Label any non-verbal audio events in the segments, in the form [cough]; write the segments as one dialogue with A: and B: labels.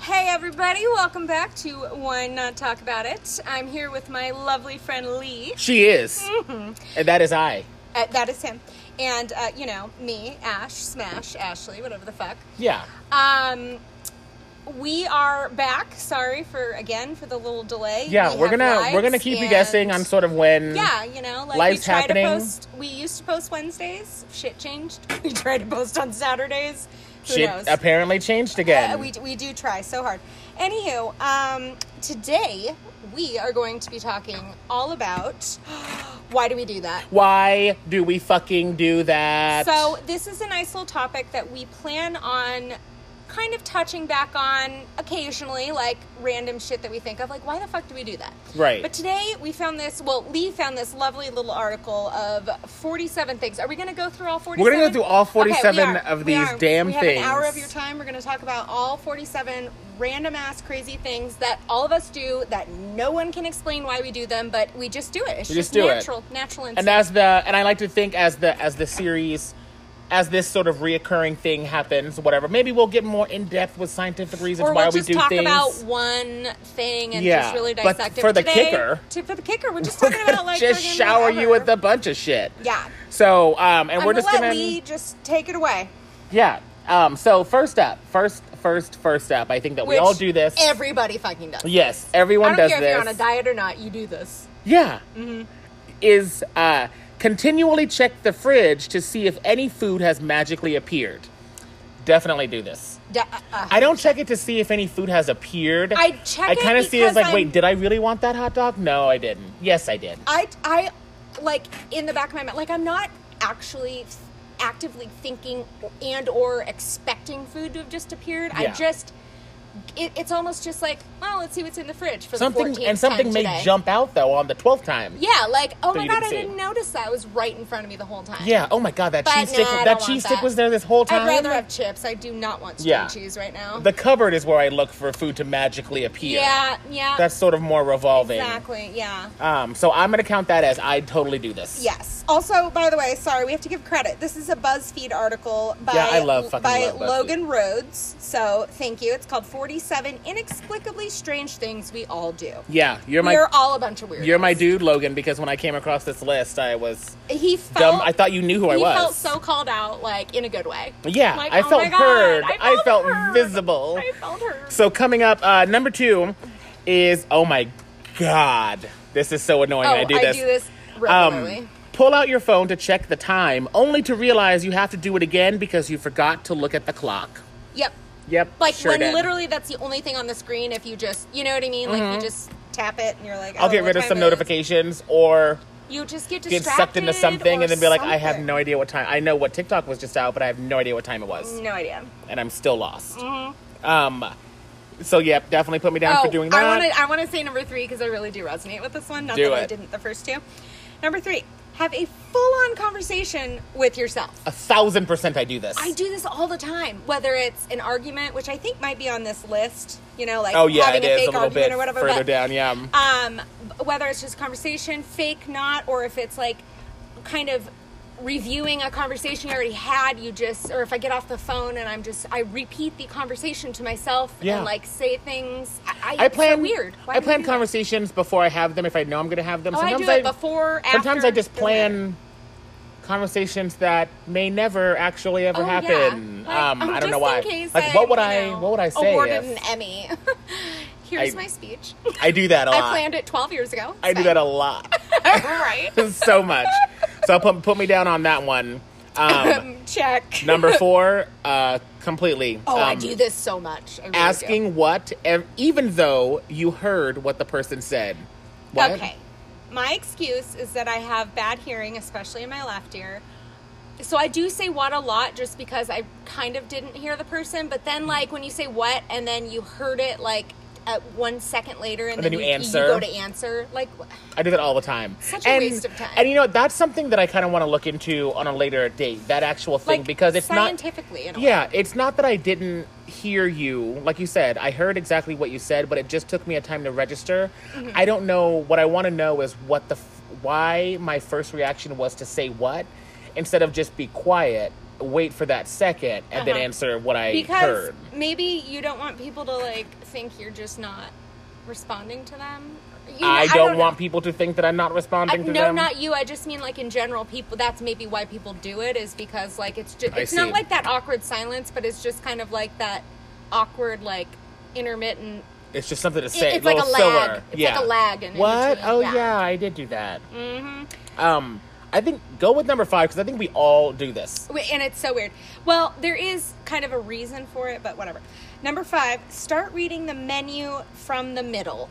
A: Hey everybody, welcome back to One Not Talk About It. I'm here with my lovely friend Lee.
B: She is.
A: Mm-hmm.
B: And that is I.
A: Uh, that is him. And, uh, you know, me, Ash, Smash, Ashley, whatever the fuck.
B: Yeah.
A: Um, we are back. Sorry for, again, for the little delay.
B: Yeah,
A: We
B: we're
A: have
B: gonna we're gonna
A: lives
B: keep you
A: and-
B: guessing on sort of when
A: Yeah, you know, like
B: Life's
A: we try
B: happening.
A: to post. We used to post Wednesdays. Shit changed. [laughs] We try to post on Saturdays. Who
B: shit
A: knows?
B: apparently changed again.
A: Uh, [laughs] we, we do try so hard. Anywho, um, today we are going to be talking all about [gasps] why do we do that?
B: Why do we fucking do that?
A: So, this is a nice little topic that we plan on kind of touching back on occasionally, like random shit that we think of. Like, why the fuck do we do that?
B: Right.
A: But today we found this, well, Lee found this lovely little article of 47 things. Are we going to go through all 47?
B: gonna go through all
A: Okay, we
B: 47
A: are.
B: of
A: We
B: these
A: are.
B: damn
A: we Have
B: things.
A: an hour of your time. We're going to talk about all 47 random ass crazy things that all of us do that no one can explain why we do them, but we just do it. It's
B: We just do it.
A: natural, natural instinct.
B: and as the and I like to think as the as the series as this sort of reoccurring thing happens, whatever. Maybe we'll get more in depth with scientific reasons
A: or
B: why
A: we'll
B: we
A: just
B: do
A: talk
B: things.
A: about one thing and
B: Yeah,
A: just really
B: but
A: dissect it.
B: for the
A: Today,
B: kicker-
A: to, for the kicker, we're just
B: We're
A: talking
B: gonna
A: about like
B: just
A: friggin'
B: shower you with
A: whatever.
B: a bunch of shit.
A: yeah.
B: So um, and
A: I'm
B: we're just
A: let
B: gonna
A: Lee just take it away.
B: yeah. Um, so first up, first, first, first up. I think that we
A: which
B: all do this.
A: Everybody fucking does.
B: Yes, everyone
A: I don't
B: does
A: care
B: this.
A: if you're on a Mm-hmm. diet or not. You do this.
B: Yeah. Is uh, continually check the fridge to see if any food has magically appeared. Definitely do this.
A: Da- uh, uh,
B: I don't check it to see if any food has appeared.
A: I check
B: I
A: it
B: kind of see it as
A: because
B: like,
A: I'm-
B: wait, did I really want that hot dog? No, I didn't. Yes, I did.
A: I, I, like in the back of my mind, like I'm not actually actively thinking and or expecting food to have just appeared.
B: Yeah.
A: I just, it, it's almost just like, well, let's see what's in the fridge for the
B: Something
A: 14th
B: and something
A: time
B: may
A: today.
B: jump out though on the twelfth time.
A: Yeah, like oh
B: That
A: my
B: you
A: god,
B: didn't
A: I
B: see.
A: didn't notice that. It was right in front of me the whole time.
B: Yeah, Oh my god, that
A: But
B: cheese stick.
A: nah, I
B: that
A: don't want
B: cheese stick
A: that.
B: was there this whole time.
A: I'd rather have chips. I do not want string
B: Yeah.
A: cheese right now.
B: the cupboard is where I look for food to magically appear.
A: yeah, yeah,
B: That's sort of more revolving.
A: exactly. Yeah.
B: Um, so I'm gonna count that as I totally do this.
A: Yes. Also, by the way, sorry, we have to give credit. This is a BuzzFeed article by
B: Yeah, I love fucking
A: by
B: love BuzzFeed.
A: Logan Rhodes. So thank you. It's called Forty Seven Inexplicably Strange Things We All Do.
B: Yeah, you're my
A: We're all a bunch of weirdos.
B: you're my dude, Logan. Because when I came across this list, I was
A: He felt
B: dumb. I thought you knew who I
A: he
B: was.
A: Oh, felt so called out, like in a good way.
B: Yeah,
A: Like,
B: I
A: oh
B: felt
A: my God,
B: heard. I felt
A: heard.
B: visible.
A: I felt heard.
B: So coming up, uh, number two is oh my god, this is so annoying.
A: Oh,
B: I do this. Um,
A: regularly.
B: pull out your phone to check the time, only to realize you have to do it again because you forgot to look at the clock.
A: yep.
B: Yep,
A: Like
B: sure
A: when
B: did.
A: literally that's the only thing on the screen. If you just, you know what I mean? Like you just tap it and you're like,
B: Mm-hmm. I'll
A: oh,
B: get
A: what
B: rid of
A: time
B: some
A: it is?
B: notifications or
A: You just get
B: get
A: distracted
B: sucked into something
A: or
B: and then be like, I have
A: something.
B: no idea what time. I know what TikTok was just out, but I have no idea what time it was.
A: no idea.
B: and I'm still lost. Um, so yep, definitely put me down for doing that.
A: Mm-hmm. Oh, I want to I want to say number three because I really do resonate with this one. Not
B: Do
A: that I
B: it. Oh,
A: Um, Oh, Oh,
B: Um,
A: um, [laughs]
B: Uh, [laughs]
A: [laughs] [laughs] Mm, Oh, Mm-hmm.
B: Um, uh, Um, why my first reaction was to say what instead of just be quiet, wait for that second, and then
A: Uh-huh.
B: answer what I
A: because
B: heard.
A: maybe you don't want people to like think you're just not responding to them. You know,
B: I, don't want
A: know.
B: people to think that I'm not responding
A: I-
B: to
A: no,
B: them.
A: not you. I just mean like in general, people. That's maybe why people do it is because like it's just
B: I
A: it's not
B: see.
A: like that awkward silence, but it's just kind of like that awkward like intermittent.
B: it's just something to
A: it-
B: say.
A: it's like a
B: little
A: lag.
B: filler.
A: It's
B: yeah.
A: like a lag. In
B: What?
A: between.
B: Oh yeah. I did do that.
A: Mhm.
B: Um, I think go with number five because I think we all do this.
A: Wait, And it's so weird. Well, there is kind of a reason for it, but whatever. Number five, start reading the menu from the middle.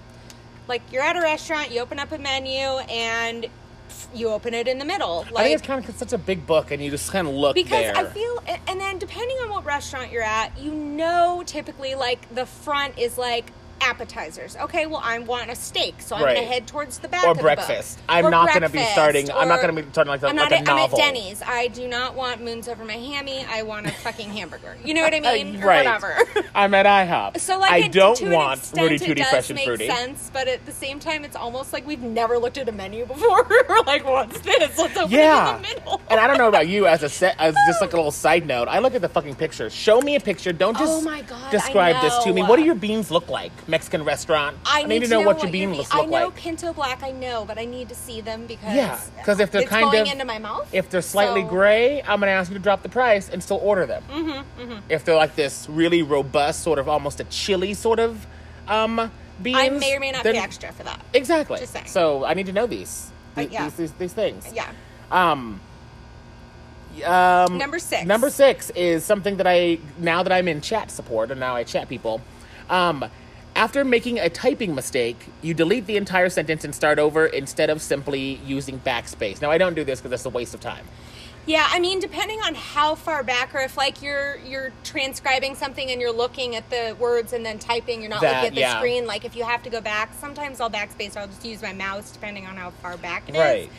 A: Like you're at a restaurant, you open up a menu, and pff, you open it in the middle. Like
B: I think it's kind of it's such a big book, and you just kind of look
A: because
B: there.
A: I feel, a- and then depending on what restaurant you're at, you know, typically like the front is like appetizers. Okay, well, I want a steak, so I'm
B: Right.
A: gonna head towards the back.
B: or
A: of the book.
B: breakfast. I'm
A: Or
B: not going to be
A: breakfast,
B: starting. I'm not
A: or-
B: going to be starting like, a-
A: I'm not.
B: like a
A: at, I'm at
B: novel.
A: Denny's. I do not want moons over my hammy. I want
B: [laughs]
A: a fucking hamburger. You know what I
B: Uh,
A: mean? Or
B: right.
A: whatever.
B: [laughs]
A: [laughs]
B: I'm at IHOP.
A: So like,
B: I
A: it-
B: don't
A: to an
B: want
A: extent,
B: Rudy
A: it
B: Tooty
A: does
B: Fresh and
A: make
B: Fruity.
A: Sense, [laughs] but at the same time, it's almost like we've never looked at a menu before. [laughs] We're like, what's this? Let's open it in the
B: Yeah.
A: middle.
B: And I don't know about you as a set as just like a little side note. I look at the fucking picture. Show me a picture. Don't just
A: Oh my God, I
B: describe this to me.
A: know.
B: What do your beans look like? Mexican restaurant.
A: I need,
B: to know, what your
A: you
B: beans
A: mean.
B: look
A: I know
B: like.
A: Pinto Black. I know, but I need to see them because
B: Yeah, 'cause if they're
A: it's
B: kind
A: going
B: of-
A: into my mouth,
B: If they're slightly
A: so-
B: gray, I'm gonna ask you to drop the price and still order them. Mm-hmm, If they're like this really robust, sort of almost a chili sort of um, beans,
A: I may or may not
B: then-
A: pay extra for that.
B: Exactly.
A: Just saying.
B: So I need to know these.
A: Uh,
B: Th-
A: yeah.
B: These, these, these things.
A: Yeah.
B: Um, um,
A: Number six.
B: Number six is something that I now that I'm in chat support and now I chat people. Um, after making a typing mistake, you delete the entire sentence and start over instead of simply using backspace. Now I don't do this because that's a waste of time.
A: Yeah, I mean, depending on how far back, or if like you're you're transcribing something and you're looking at the words and then typing, you're not
B: That,
A: looking at the
B: yeah.
A: screen. Like if you have to go back, sometimes I'll backspace. Or I'll just use my mouse, depending on how far back it is.
B: Right.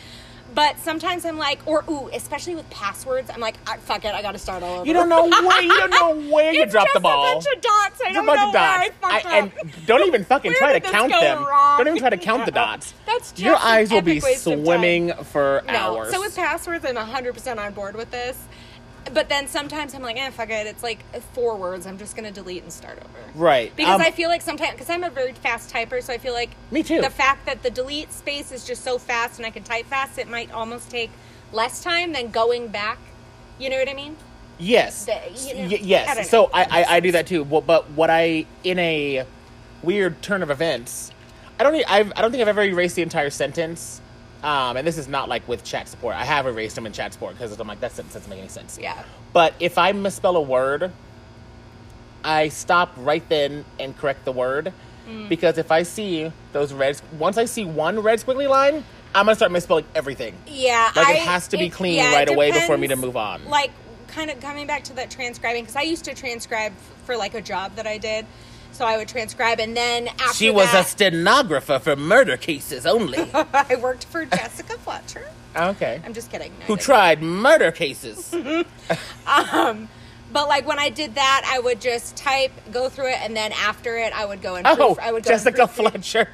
A: But sometimes I'm like, or ooh, especially with passwords, I'm like, I, fuck it, I got to start all over.
B: You don't know where you
A: [laughs]
B: don't know where you
A: It's
B: dropped the
A: just
B: ball.
A: A bunch of dots. I
B: It's a
A: don't
B: bunch
A: know
B: of
A: where
B: dots.
A: I fucked
B: I-
A: up.
B: and
A: [laughs]
B: don't even fucking
A: Where
B: try to
A: did this
B: count
A: go
B: them.
A: wrong?
B: Don't even try to count the dots.
A: [laughs] That's just
B: Your
A: an
B: eyes will be
A: epic waste of time.
B: swimming for
A: No.
B: hours.
A: So with passwords, I'm 100% on board with this. But then sometimes I'm like, eh, fuck it. It's like four words. I'm just going to delete and start over.
B: right
A: Because
B: Um,
A: I feel like sometimes, because I'm a very fast typer, so I feel like
B: Me too.
A: the fact that the delete space is just so fast and I can type fast, it might almost take less time than going back. You know what I mean?
B: Yes.
A: the- you know,
B: Y-
A: I don't
B: yes.
A: know.
B: so I, I, I do that too. Well, but what I in a weird turn of events, I don't e- I've, I don't think I've ever erased the entire sentence. Um, and this is not like with chat support. I have erased them in chat support because I'm like that sentence doesn't make any sense.
A: Yeah.
B: But if I misspell a word, I stop right then and correct the word
A: Mm.
B: because if I see those red, once I see one red squiggly line, I'm gonna start misspelling everything.
A: Yeah,
B: Like, it
A: I-
B: has to be clean
A: it
B: right away before me to
A: depends,
B: move on.
A: Like kind of coming back to that transcribing because I used to transcribe f- for like a job that I did, so I would transcribe and then after
B: She was a
A: that,
B: stenographer for murder
A: [laughs]
B: cases only.
A: I worked for Jessica Fletcher.
B: okay.
A: I'm just kidding. No, I
B: Who
A: didn't.
B: tried murder
A: [laughs]
B: cases.
A: But like when I did that, I would just type, go through it, and then after it, I would go and
B: oh,
A: proof, I would go and
B: Jessica
A: proof-
B: Fletcher.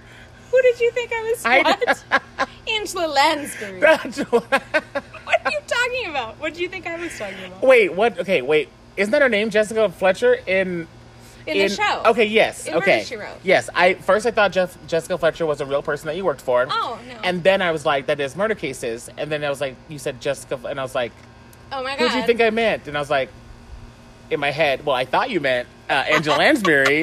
A: Who did you think I was?
B: I-
A: What? [laughs] Angela Lansbury. what are you talking about? What do you think I was talking about
B: [laughs] wait, what? Okay, wait. Isn't that her name, Jessica Fletcher? In
A: in, the show?
B: Okay, yes.
A: In Murder,
B: okay.
A: She Wrote.
B: Yes, I first I thought Jeff, Jessica Fletcher was a real person that you worked for.
A: Oh, no.
B: And then I was like, that is murder cases. And then I was like, you said Jessica, and I was like,
A: Oh my
B: who
A: god.
B: do you think I meant? And I was like, in my head, well, I thought you meant
A: [laughs]
B: uh, Angela Lansbury,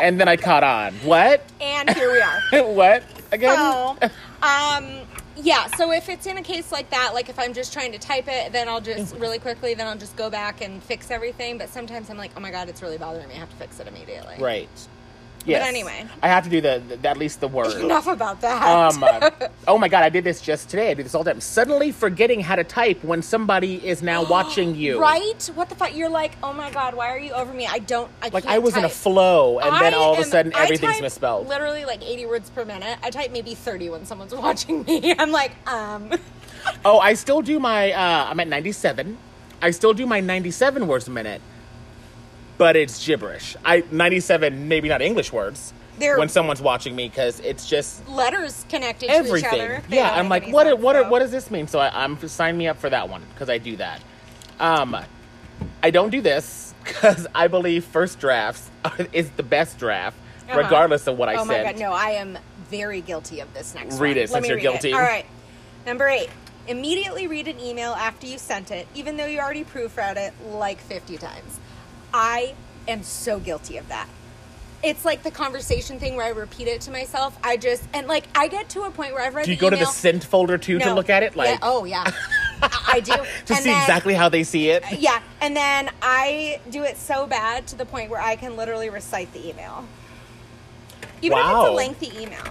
B: and then I caught on. What? [laughs]
A: and here we are.
B: what again?
A: So, um, yeah. So if it's in a case like that, like if I'm just trying to type it, then I'll
B: Mm-hmm.
A: just really quickly, then I'll just go back and fix everything. But sometimes I'm like, oh my god, it's really bothering me. I have to fix it immediately.
B: Right. Yes.
A: anyway.
B: I have to do the, the at least
A: [laughs]
B: the word.
A: Enough about that.
B: Um, uh, oh my god, I did this just today. I do this all the time. Suddenly forgetting how to type when somebody is
A: [gasps]
B: now watching you.
A: Right? What the fuck? You're like, oh my god, why are you over me? I don't. I
B: Like
A: can't
B: I was in a
A: type."
B: flow, and then
A: I
B: all of a
A: am-
B: sudden
A: I
B: everything's
A: type
B: misspelled.
A: Literally like 80 words per minute. I type maybe 30 when someone's [laughs] watching me. I'm like, um,
B: Oh, I still do my. Uh, I'm at 97. I still do my 97 words a minute, but it's gibberish. I 97, maybe not English words,
A: They're-
B: when someone's watching me because it's just
A: letters connected to each
B: everything.
A: other. They
B: Yeah,
A: don't
B: I'm
A: make
B: like,
A: any
B: what?
A: sense,
B: what?
A: so.
B: What does this mean? So I, I'm sign me up for that one because I do that. Um, I don't do this [laughs] because I believe first drafts are, is the best draft,
A: Uh-huh.
B: regardless of what I
A: oh
B: said.
A: my god, no, I am very guilty of this next
B: Read
A: one.
B: it
A: Let
B: since
A: me
B: you're
A: read it.
B: guilty.
A: All right. Number eight. Immediately read an email after you sent it, even though you already proofread it like 50 times. I am so guilty of that. It's like the conversation thing where I repeat it to myself. I just, and like, I get to a point where I've read
B: Do you
A: the
B: go to the
A: email-
B: sent folder too to
A: No.
B: look at it,
A: Yeah,
B: like
A: oh,
B: [laughs]
A: yeah. I I do.
B: to
A: And
B: see
A: then-
B: exactly how they see it?
A: [laughs] Yeah. And then I do it so bad to the point where I can literally recite the email. Even if it's
B: Wow.
A: a lengthy email.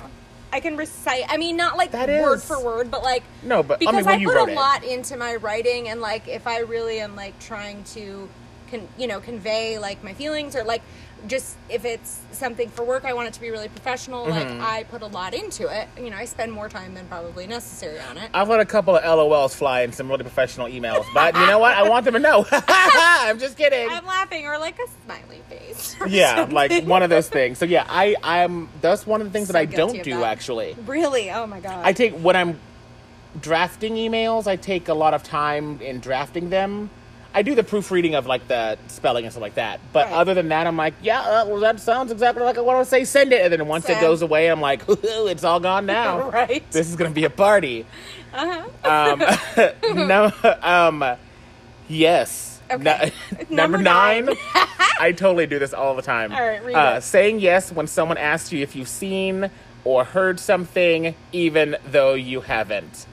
A: I can recite I mean not like
B: That
A: word
B: is-
A: for word, but like
B: No, but, I
A: because I,
B: mean, when you
A: put
B: wrote
A: a
B: it.
A: lot into my writing and like if I really am like trying to con- you know, convey like my feelings or like just if it's something for work I want it to be really professional, like
B: Mm-hmm.
A: I put a lot into it. You know, I spend more time than probably necessary on it.
B: I've let a couple of LOLs fly in some really
A: [laughs]
B: professional emails, but you know what? I want them to know. [laughs] I'm just kidding.
A: I'm laughing or like a smiley face. or
B: yeah,
A: [laughs]
B: like
A: something.
B: one of those things. So yeah, I I'm that's one of the things
A: So
B: that I
A: guilty
B: don't
A: of
B: do
A: that.
B: actually.
A: Really? Oh my god.
B: I take when I'm drafting emails, I take a lot of time in drafting them. I do the proofreading of like the spelling and stuff like that. But
A: Right.
B: other than that, I'm like, yeah, uh, well, that sounds exactly like I want to say. Send it, and then once it
A: Send.
B: goes away, I'm like, [laughs] it's all gone
A: [laughs]
B: now.
A: Right.
B: This is gonna be a party.
A: Uh-huh.
B: Um, [laughs] no, um, yes.
A: Okay. [laughs]
B: No-
A: Number
B: number
A: nine.
B: nine. [laughs] I totally do this all the time.
A: All right, read
B: uh,
A: it.
B: Saying yes when someone asks you if you've seen or heard something, even though you haven't.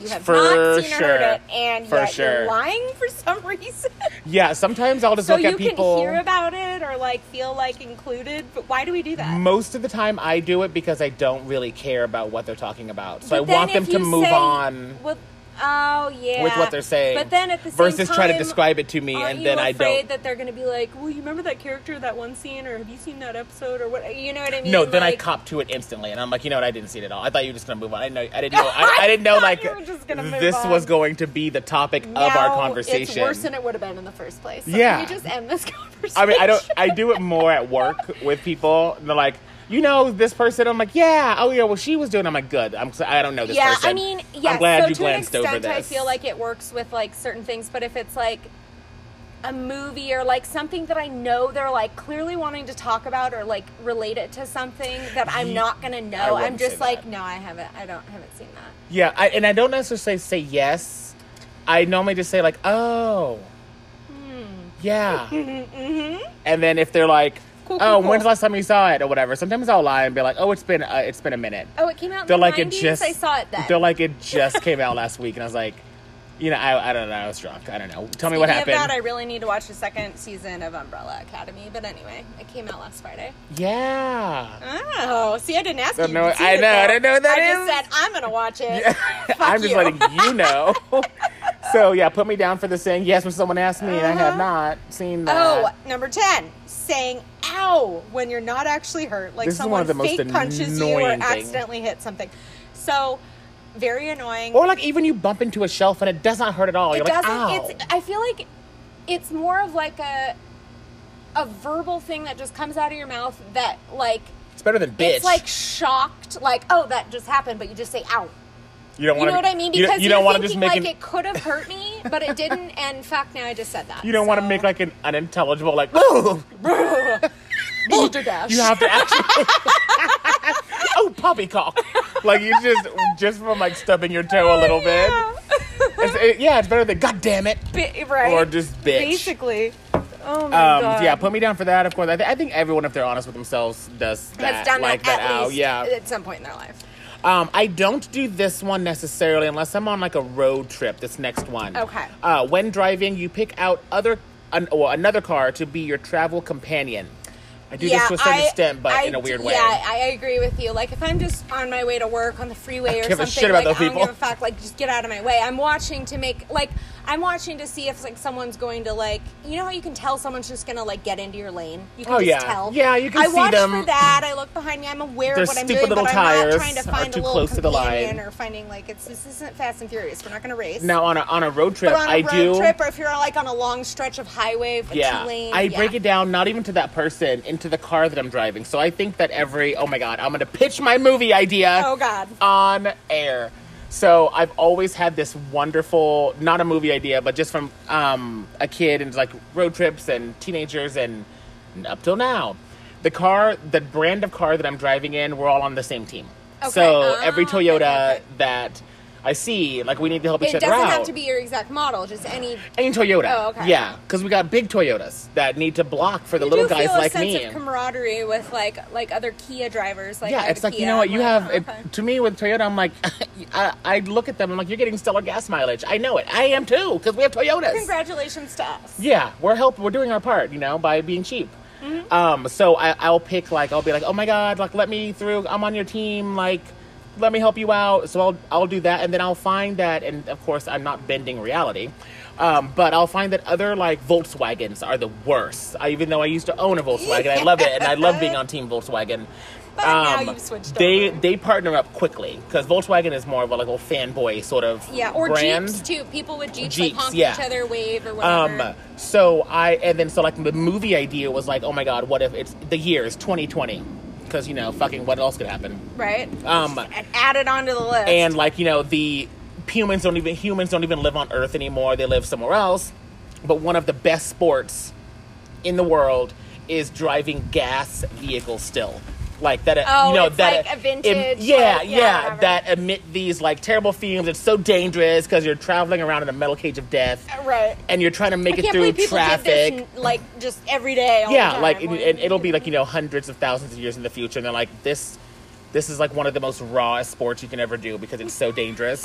A: You have
B: For
A: not seen or heard
B: sure.
A: it, and
B: For
A: yet you're
B: sure.
A: lying for some reason.
B: Yeah, sometimes I'll just
A: so
B: look
A: you
B: at people.
A: can hear about it or like feel like included. But why do we do that?
B: most of the time, I do it because I don't really care about what they're talking about. So
A: But
B: I
A: then
B: want them
A: if
B: to
A: you
B: move
A: say-
B: on
A: Well, oh yeah.
B: with what they're saying.
A: But then at the same
B: versus
A: time,
B: try to describe it to me,
A: aren't
B: and then
A: you
B: I
A: afraid
B: don't.
A: that they're going to be like, well, you remember that character, that one scene, or have you seen that episode, or what? You know what I mean?
B: No, then I
A: Like,
B: cop to it instantly, and I'm like, you know what? I didn't see it at all. I thought you were just gonna move on. I didn't know. I didn't know. I, I didn't
A: [laughs]
B: know
A: I
B: like
A: thought you were just gonna move
B: this
A: on.
B: was going to be the topic of
A: now
B: our conversation.
A: It's worse than it would have been in the first place. So
B: Yeah.
A: Can you just end this [laughs] conversation?
B: I mean, I don't. I do it more at work with people, and they're like, you know, this person. I'm like, yeah. Oh yeah. Well, she was doing. I'm like, good. I'm. so- I don't know this
A: yeah,
B: person.
A: I mean, yes.
B: I'm glad
A: so
B: you
A: to an
B: glanced
A: extent,
B: over this.
A: I feel like it works with like certain things, but if it's like a movie or like something that I know they're like clearly wanting to talk about or like relate it to something that I'm
B: Ye-
A: not gonna
B: I
A: know,
B: wouldn't
A: I'm just
B: say
A: like,
B: that.
A: no, I haven't. I don't haven't seen that.
B: Yeah, I, and I don't necessarily say yes. I normally just say like, oh,
A: Hmm. [laughs]
B: yeah, and then if they're like,
A: Mm-hmm. Cool, cool,
B: oh,
A: cool.
B: when's the last time you saw it or whatever, sometimes I'll lie and be like, oh, it's been uh, it's been a minute.
A: Oh, it came out. In
B: they're
A: the
B: like
A: 90s?
B: it just
A: I saw it then.
B: They're
A: [laughs]
B: like it just came out last week, and I was like, you know, I, I don't know, I was drunk. I don't know. Tell me what
A: Speaking
B: happened.
A: Of that, I really need to watch the second season of Umbrella Academy. But anyway, it came out last Friday.
B: yeah.
A: Oh, see, I didn't ask
B: Don't
A: you.
B: know-
A: to see
B: I
A: it,
B: know, I
A: though.
B: don't know what that
A: I just
B: is.
A: said I'm gonna watch
B: [laughs]
A: it. Fuck
B: I'm just
A: you.
B: letting
A: [laughs]
B: you know. [laughs] so yeah, put me down for the saying yes when someone asks me, and I have
A: Uh-huh.
B: not seen that.
A: Oh, number 10, saying ow when you're not actually hurt. Like
B: This is one
A: someone
B: of the most
A: fake punches you or
B: annoying thing.
A: accidentally hit something. So, very annoying.
B: Or like even you bump into a shelf and it does not hurt at all.
A: it
B: You're
A: doesn't,
B: like, ow.
A: it's, I feel like it's more of like a, a verbal thing that just comes out of your mouth that like,
B: It's better than bitch.
A: it's like shocked, like, oh, that just happened, but you just say ow.
B: you don't
A: You
B: want
A: know what I mean?
B: You,
A: Because
B: you
A: are
B: don't want to just
A: thinking
B: make
A: like
B: an,
A: it could have hurt me, but it didn't, and fuck, now I just said that.
B: you don't want to
A: So-
B: make like an unintelligible like. "Ugh."
A: [laughs] Balderdash.
B: You have to actually. [laughs] oh, poppycock! Like you just just from like stubbing your toe
A: Oh,
B: a little bit. [laughs] It's, it- yeah, it's better than god damn it.
A: [laughs] Bi- right.
B: Or just bitch.
A: Basically. Oh my
B: Um,
A: god.
B: yeah, put me down for that. Of course, I, th- I think everyone, if they're honest with themselves, does that.
A: Has done
B: like
A: that,
B: that.
A: at
B: ow,
A: least
B: yeah.
A: at some point in their life.
B: Um, I don't do this one necessarily unless I'm on like a road trip. This next one.
A: Okay.
B: Uh, when driving, you pick out other an, or another car to be your travel companion. I do this to a certain
A: I-
B: extent, but
A: I
B: in a
A: d-
B: weird way.
A: Yeah, I agree with you. Like if I'm just on my way to work on the freeway or
B: give
A: something,
B: a shit about
A: like
B: those
A: I don't
B: people.
A: give a fuck. Like just get out of my way. I'm watching to make like I'm watching to see if like someone's going to like you know how you can tell someone's just gonna like get into your lane. You can
B: Oh,
A: just
B: yeah.
A: tell.
B: Yeah, you can
A: I
B: see
A: watch
B: them.
A: for that. I look behind me. I'm aware
B: Their
A: of what I'm
B: stupid
A: doing,
B: little
A: but I'm
B: tires
A: not trying to
B: are
A: find
B: too
A: a little
B: close to the line.
A: companion or finding like it's this isn't Fast and Furious. We're not gonna race.
B: Now on a on a road trip,
A: But on a
B: I
A: road
B: do.
A: trip, or if you're like on a long stretch of highway, a
B: yeah,
A: two lane,
B: I break it down not even to that person, into the car that I'm driving. So I think that every oh my god, I'm gonna pitch my movie idea.
A: Oh, God.
B: on air. So I've always had this wonderful, not a movie idea, but just from um, a kid and like road trips and teenagers and up till now, the car, the brand of car that I'm driving in, we're all on the same team.
A: Okay.
B: So
A: Ah,
B: every
A: okay, okay,
B: Toyota
A: okay.
B: that I see, like we need to help each
A: It
B: other
A: doesn't
B: out.
A: have to be your exact model. Just any.
B: Any Toyota.
A: Oh, okay.
B: Yeah, because we got big Toyotas that need to block for the
A: You
B: little
A: do
B: guys
A: feel a
B: like
A: sense
B: me.
A: of camaraderie with like like other Kia drivers. Like I
B: yeah,
A: have
B: it's
A: a
B: like you
A: Kia,
B: know what you
A: I'm
B: have.
A: like,
B: it-
A: oh, okay.
B: to me, with Toyota, I'm like, [laughs] I, I look at them. I'm like, you're getting stellar gas mileage. I know it. I am too because we have Toyotas.
A: Congratulations to us.
B: Yeah, we're help. We're doing our part, you know, by being cheap.
A: Mm-hmm.
B: Um, so I, I'll pick like I'll be like, oh my god, like let me through. I'm on your team. Like, let me help you out. So I'll I'll do that, and then I'll find that, and of course I'm not bending reality. Um, but I'll find that other like Volkswagens are the worst. I, even though I used to own a Volkswagen, I love it, and I love
A: [laughs]
B: being on Team Volkswagen.
A: But [laughs] now you've switched
B: um, They
A: over.
B: they partner up quickly because Volkswagen is more of a like old fanboy sort of
A: Yeah, or
B: brand.
A: jeeps too. People with jeeps,
B: Jeeps,
A: like honk
B: yeah.
A: each other, wave or whatever.
B: Um, so I and then so like the movie idea was like, oh my god, what if it's the year is 2020? Because you know, fucking, what else could happen?
A: right.
B: Um,
A: and add it onto the list.
B: and like you know, the humans don't even humans don't even live on Earth anymore; they live somewhere else. But one of the best sports in the world is driving gas vehicles still. Like that, uh,
A: Oh,
B: you know
A: it's
B: that
A: like a vintage,
B: em- yeah,
A: like, yeah,
B: yeah,
A: whatever.
B: that emit these like terrible fumes. It's so dangerous because you're traveling around in a metal cage of death,
A: right.
B: and you're trying to
A: I
B: make it
A: can't
B: through
A: believe people
B: traffic.
A: did this like just every day. All
B: yeah
A: the time.
B: like and, and it'll be like you know hundreds of thousands of years in the future and they're like this this is like one of the most rawest sports you can ever do because it's so dangerous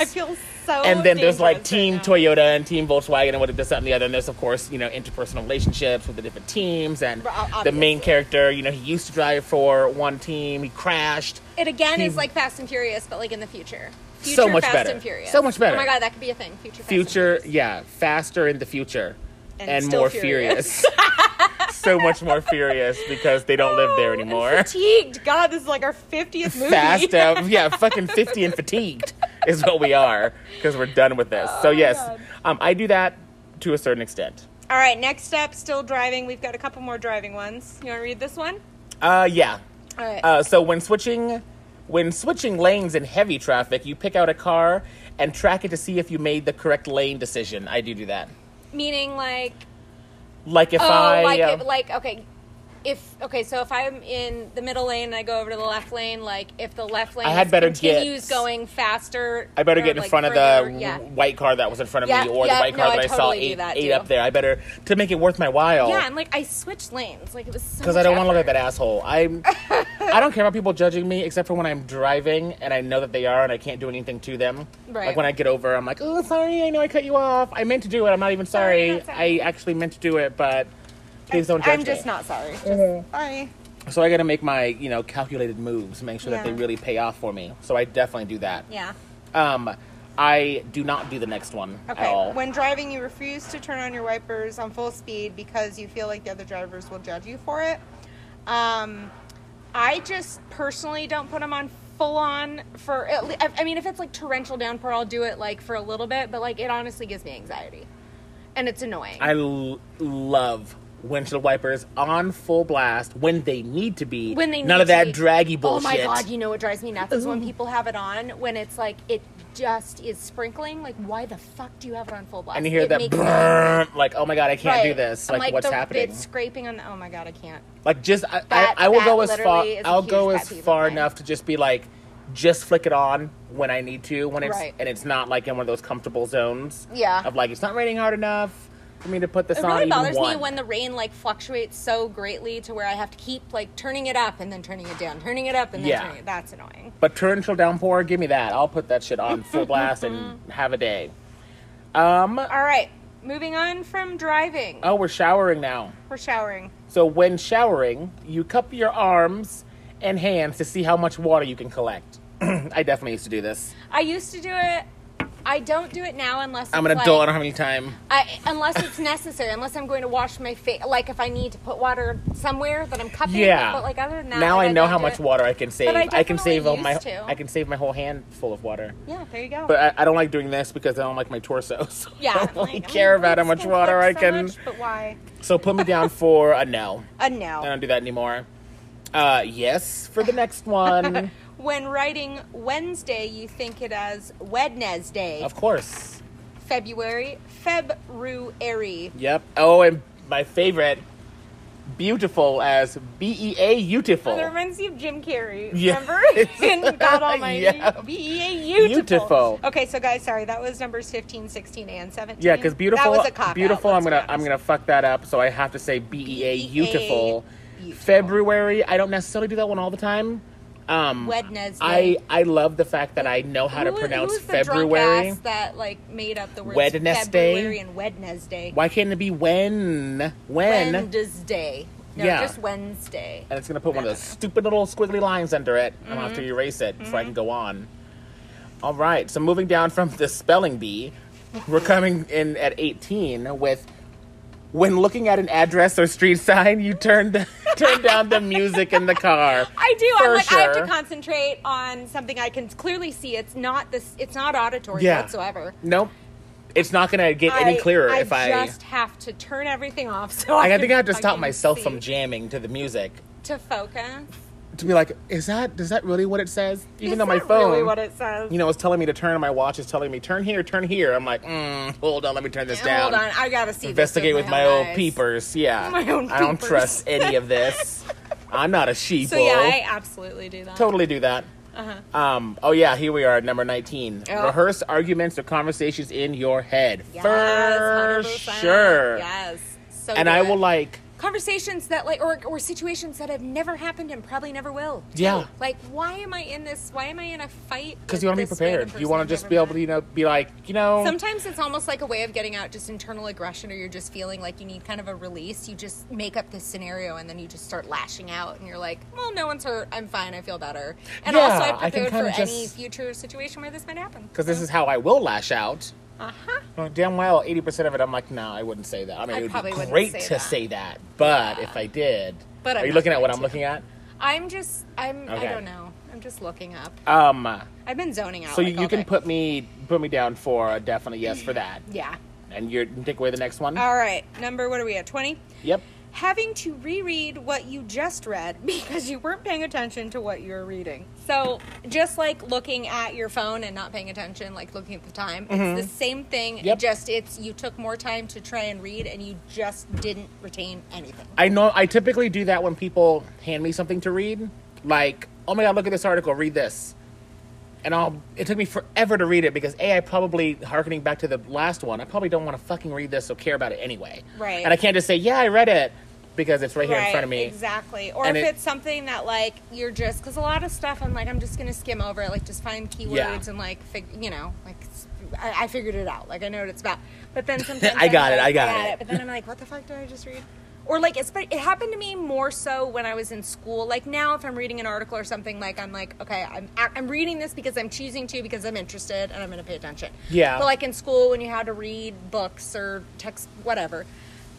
A: [laughs] I feel so.
B: and then there's like team
A: dangerous right
B: toyota and team volkswagen and what this that and the other and there's of course you know interpersonal relationships with the different teams and
A: Well, ob-
B: the main
A: obviously.
B: character you know he used to drive for one team he crashed
A: now. It again
B: He-
A: is like Fast and Furious, but like in the future. Future
B: Hmm. So much
A: Fast
B: better.
A: and Furious.
B: So much better.
A: Oh my god, that could be a thing. Future. Fast and
B: future
A: Furious.
B: yeah faster in the future
A: And
B: and,
A: still
B: more
A: furious.
B: furious, [laughs] so much more furious because they don't live there
A: Oh, and
B: anymore
A: Fatigued. God, this is like our fiftieth movie.
B: fast out. Yeah, fucking 50 and fatigued is what we are because we're done with this. so,
A: my
B: yes,
A: Oh, God.
B: um, I do that to a certain extent.
A: [laughs] All right, next up, still driving. We've got a couple more driving ones. You want to read this one?
B: Uh, yeah.
A: All right.
B: Uh, so, when switching. When switching lanes in heavy traffic, you pick out a car and track it to see if you made the correct lane decision. I do do that.
A: Meaning like
B: Like if
A: oh,
B: I
A: like
B: uh,
A: if, like okay, if okay, so if I'm in the middle lane and I go over to the left lane, like if the left lane
B: I had better get-
A: continues going faster,
B: I better
A: or,
B: get in
A: like,
B: front
A: further,
B: of the
A: yeah.
B: white car that was in front of
A: Yeah,
B: me or
A: yeah,
B: the white car
A: no,
B: that
A: I
B: I, saw
A: totally do
B: eight,
A: that,
B: eight
A: too.
B: up there. I better to make it worth my while.
A: Yeah, and like I switched lanes, like it was so
B: because I
A: much
B: don't want to look at
A: effort.
B: that asshole. I'm, I don't care about people judging me except for when I'm driving and I know that they are and I can't do anything to them.
A: Right.
B: Like when I get over, I'm like, oh, sorry, I know I cut you off. I meant to do it. I'm not even
A: Sorry,
B: sorry.
A: not sorry."
B: I actually meant to do it, but please don't judge
A: I'm
B: me.
A: just not sorry. Just, Sorry.
B: So I got to make my you know calculated moves, make sure that
A: Yeah.
B: they really pay off for me. So I definitely do that.
A: Yeah.
B: Um, I do not do the next one at all.
C: Okay. When driving, you refuse to turn on your wipers on full speed because you feel like the other drivers will judge you for it.
A: Um, I just personally don't put them on full on for. At le- I- I mean, if it's like torrential downpour, I'll do it like for a little bit, but like it honestly gives me anxiety, and it's annoying.
B: I l- love windshield wipers on full blast when they need to be.
A: when they
B: none
A: need
B: of that
A: to be-
B: draggy bullshit.
A: Oh my god! You know what drives me nuts is when people have it on when it's like it just is sprinkling. Like, why the fuck do you have it on full blast?
B: and you hear
A: It
B: that
A: makes me-
B: brrrr, like oh my god i can't do
A: Right.
B: this
A: I'm
B: like, what's
A: the-
B: happening
A: It's scraping on. The, oh my god! I can't.
B: like just i,
A: That-
B: I, I will
A: that
B: go as far
A: literally is a
B: i'll
A: huge
B: go
A: pet
B: as
A: peeve of
B: far
A: mine.
B: enough to just be like just flick it on when i need to when it's
A: Right.
B: and it's not like in one of those comfortable zones
A: Yeah.
B: of like it's not raining hard enough for me to put this
A: It
B: on
A: really
B: even
A: bothers me
B: one.
A: when the rain like fluctuates so greatly to where I have to keep like turning it up and then turning it down, torning it up and then
B: Yeah.
A: turning it. That's annoying.
B: But torrential downpour, give me that. I'll put that shit
A: [laughs]
B: on full blast and
A: Mm-hmm.
B: have a day. Um,
A: All right, moving on from driving.
B: oh, we're showering now.
A: We're showering.
B: So when showering, you cup your arms and [clears throat] hands to see how much water you can collect. I definitely used to do this.
A: I used to do it. I don't do it now unless
B: I'm
A: it's
B: an adult. I
A: like-
B: don't have any time.
A: I, unless it's necessary, unless I'm going to wash my face, like if I need to put water somewhere that I'm cupping.
B: Yeah.
A: But like other than that,
B: now
A: like,
B: I know
A: don't
B: how
A: do
B: much
A: it.
B: water I can save.
A: I
B: can
A: definitely
B: save all my.
A: used to.
B: I can save my whole hand full of water.
A: Yeah, there you go.
B: But I, I don't like doing this because I don't like my torso. [laughs] So
A: yeah,
B: I
A: I'm
B: don't really
A: like,
B: care
A: oh,
B: about how
A: this
B: much
A: can
B: water I
A: flip so
B: can.
A: much, but why?
B: So put
A: [laughs]
B: me down for a no.
C: A
B: I
C: no.
B: don't do that anymore. Uh, yes for the
A: [laughs]
B: next one.
A: When writing Wednesday, you think it as Wednesday.
B: of course.
A: February, February.
B: Yep. Oh, and my favorite, beautiful as B E A
A: Oh, that
B: beautiful.
A: reminds you of Jim Carrey.
B: Yeah. [laughs]
A: Remember? [laughs] In God Almighty.
B: Yeah.
A: B-E-A-U-tiful.
B: Beautiful.
A: Okay, so guys, sorry, that was numbers 15, 16, and 17.
B: Yeah, because beautiful.
A: That was a cop
B: beautiful. I'm gonna I'm gonna fuck that up. So I have to say B E A beautiful.
A: beautiful.
B: February. I don't necessarily do that one all the time. Um,
A: Wednesday.
B: I I love the fact that I know how to
A: Who-
B: pronounce
A: who's the drunk
B: February.
A: ass that like made up the words
B: Wednesday?
A: February and Wednesday.
B: Why can't it be when? When?
A: Wednesday. No,
B: Yeah.
A: just Wednesday.
B: and it's gonna put one of those stupid little squiggly lines under it. I'm gonna have
A: Mm-hmm.
B: to erase it so I can go on. All right. So moving down from the spelling bee, we're coming in at 18 with. When looking at an address or street [laughs] sign, you turn the, turn down the music in the car.
A: I do. I'm
B: For
A: like I have to
B: sure.
A: concentrate on something I can clearly see. It's not this. It's not auditory
B: Yeah.
A: whatsoever.
B: Nope. It's not gonna get any clearer
A: I,
B: if I.
A: I just have to turn everything off. So
B: I
A: can
B: think I have to stop
A: fucking
B: myself
A: see.
B: from jamming to the music.
A: to focus.
B: To be like, is that does that really what it says? Even
A: Is
B: though my
A: that really
B: phone,
A: what it says?
B: you know, it's telling me to turn. My watch is telling me turn here, turn here. I'm like, mm, hold on, let me turn this down.
A: Hold on, I gotta see. this
B: Investigate with my,
A: own
B: old
A: eyes.
B: peepers. Yeah,
A: [laughs] My own
B: I don't
A: peepers.
B: trust any of
A: [laughs]
B: this. I'm not a sheeple.
A: So yeah, I absolutely do that.
B: totally do that. Uh-huh. Um, oh yeah, here we are at number 19.
A: Yeah.
B: Rehearse arguments or conversations in your head
A: Oh. Yes,
B: for
A: 100%.
B: sure.
A: Yes. So
B: And I
A: good.
B: will like
A: conversations that like or, or situations that have never happened and probably never will.
B: Yeah.
A: Like why am I in this? Why am I in a fight?
B: because you want to be prepared. You want to just be able to, you know, be like, you know,
A: Sometimes it's almost like a way of getting out just internal aggression, or you're just feeling like you need kind of a release. You just make up this scenario, and then you just start lashing out, and you're like, "Well, no one's hurt. I'm fine. I feel better." And
B: Yeah,
A: also, I'm
B: I can
A: prepared for
B: kinda
A: any
B: just-
A: future situation where this might happen.
B: because this is how I will lash out.
A: Uh huh.
B: Well, Damn well, eighty percent of it, I'm like, no, I wouldn't say that. I mean,
A: I
B: it would
A: probably
B: be
A: wouldn't
B: great
A: say
B: to
A: that.
B: say that, but if I did,
A: But
B: are
A: I'm
B: you
A: not
B: looking at what
A: going
B: I'm
A: to.
B: looking at?
A: I'm just. I'm.
B: Okay.
A: I don't know. I'm just looking up.
B: Um,
A: I've been zoning out.
B: so
A: like,
B: you
A: all
B: can
A: day.
B: put me put me down for a definite yes for that,
A: Yeah.
B: and you can take away the next one.
C: All right. Number, what are we at? 20?
B: yep.
C: Having to reread what you just
A: [laughs]
C: read because you weren't paying attention to what you were reading.
A: So, just like looking at your phone and not paying attention, like looking at the time, it's the same thing.
B: Yep.
A: Just it's you took more time to try and read, and you just didn't retain anything.
B: I know. I typically do that when people hand me something to read, like, oh my god, look at this article, read this, and I'll. It took me forever to read it because a, I probably harkening back to the last one, I probably don't want to fucking read this or care about it anyway.
A: Right.
B: And I can't just say, yeah, I read it, because it's right here in
A: Right,
B: front of me.
A: Exactly. Or
B: And
A: if
B: it-
A: it's something that like you're just because a lot of stuff I'm like I'm just gonna skim over it, like just find keywords and like fig- you know like s- I, I figured it out, like I know what it's about. But
B: [laughs]
A: then sometimes
B: I
A: I'm
B: got it,
A: like,
B: I got
A: "Yeah,"
B: it.
A: But then I'm like, what the fuck did I just read? Or like it's but it happened to me more so when I was in school. Like now, if I'm reading an article or something, like I'm like, okay, I'm ac- I'm reading this because I'm choosing to because I'm interested and I'm gonna pay attention.
B: Yeah.
A: But like in school, when you had to read books or text whatever.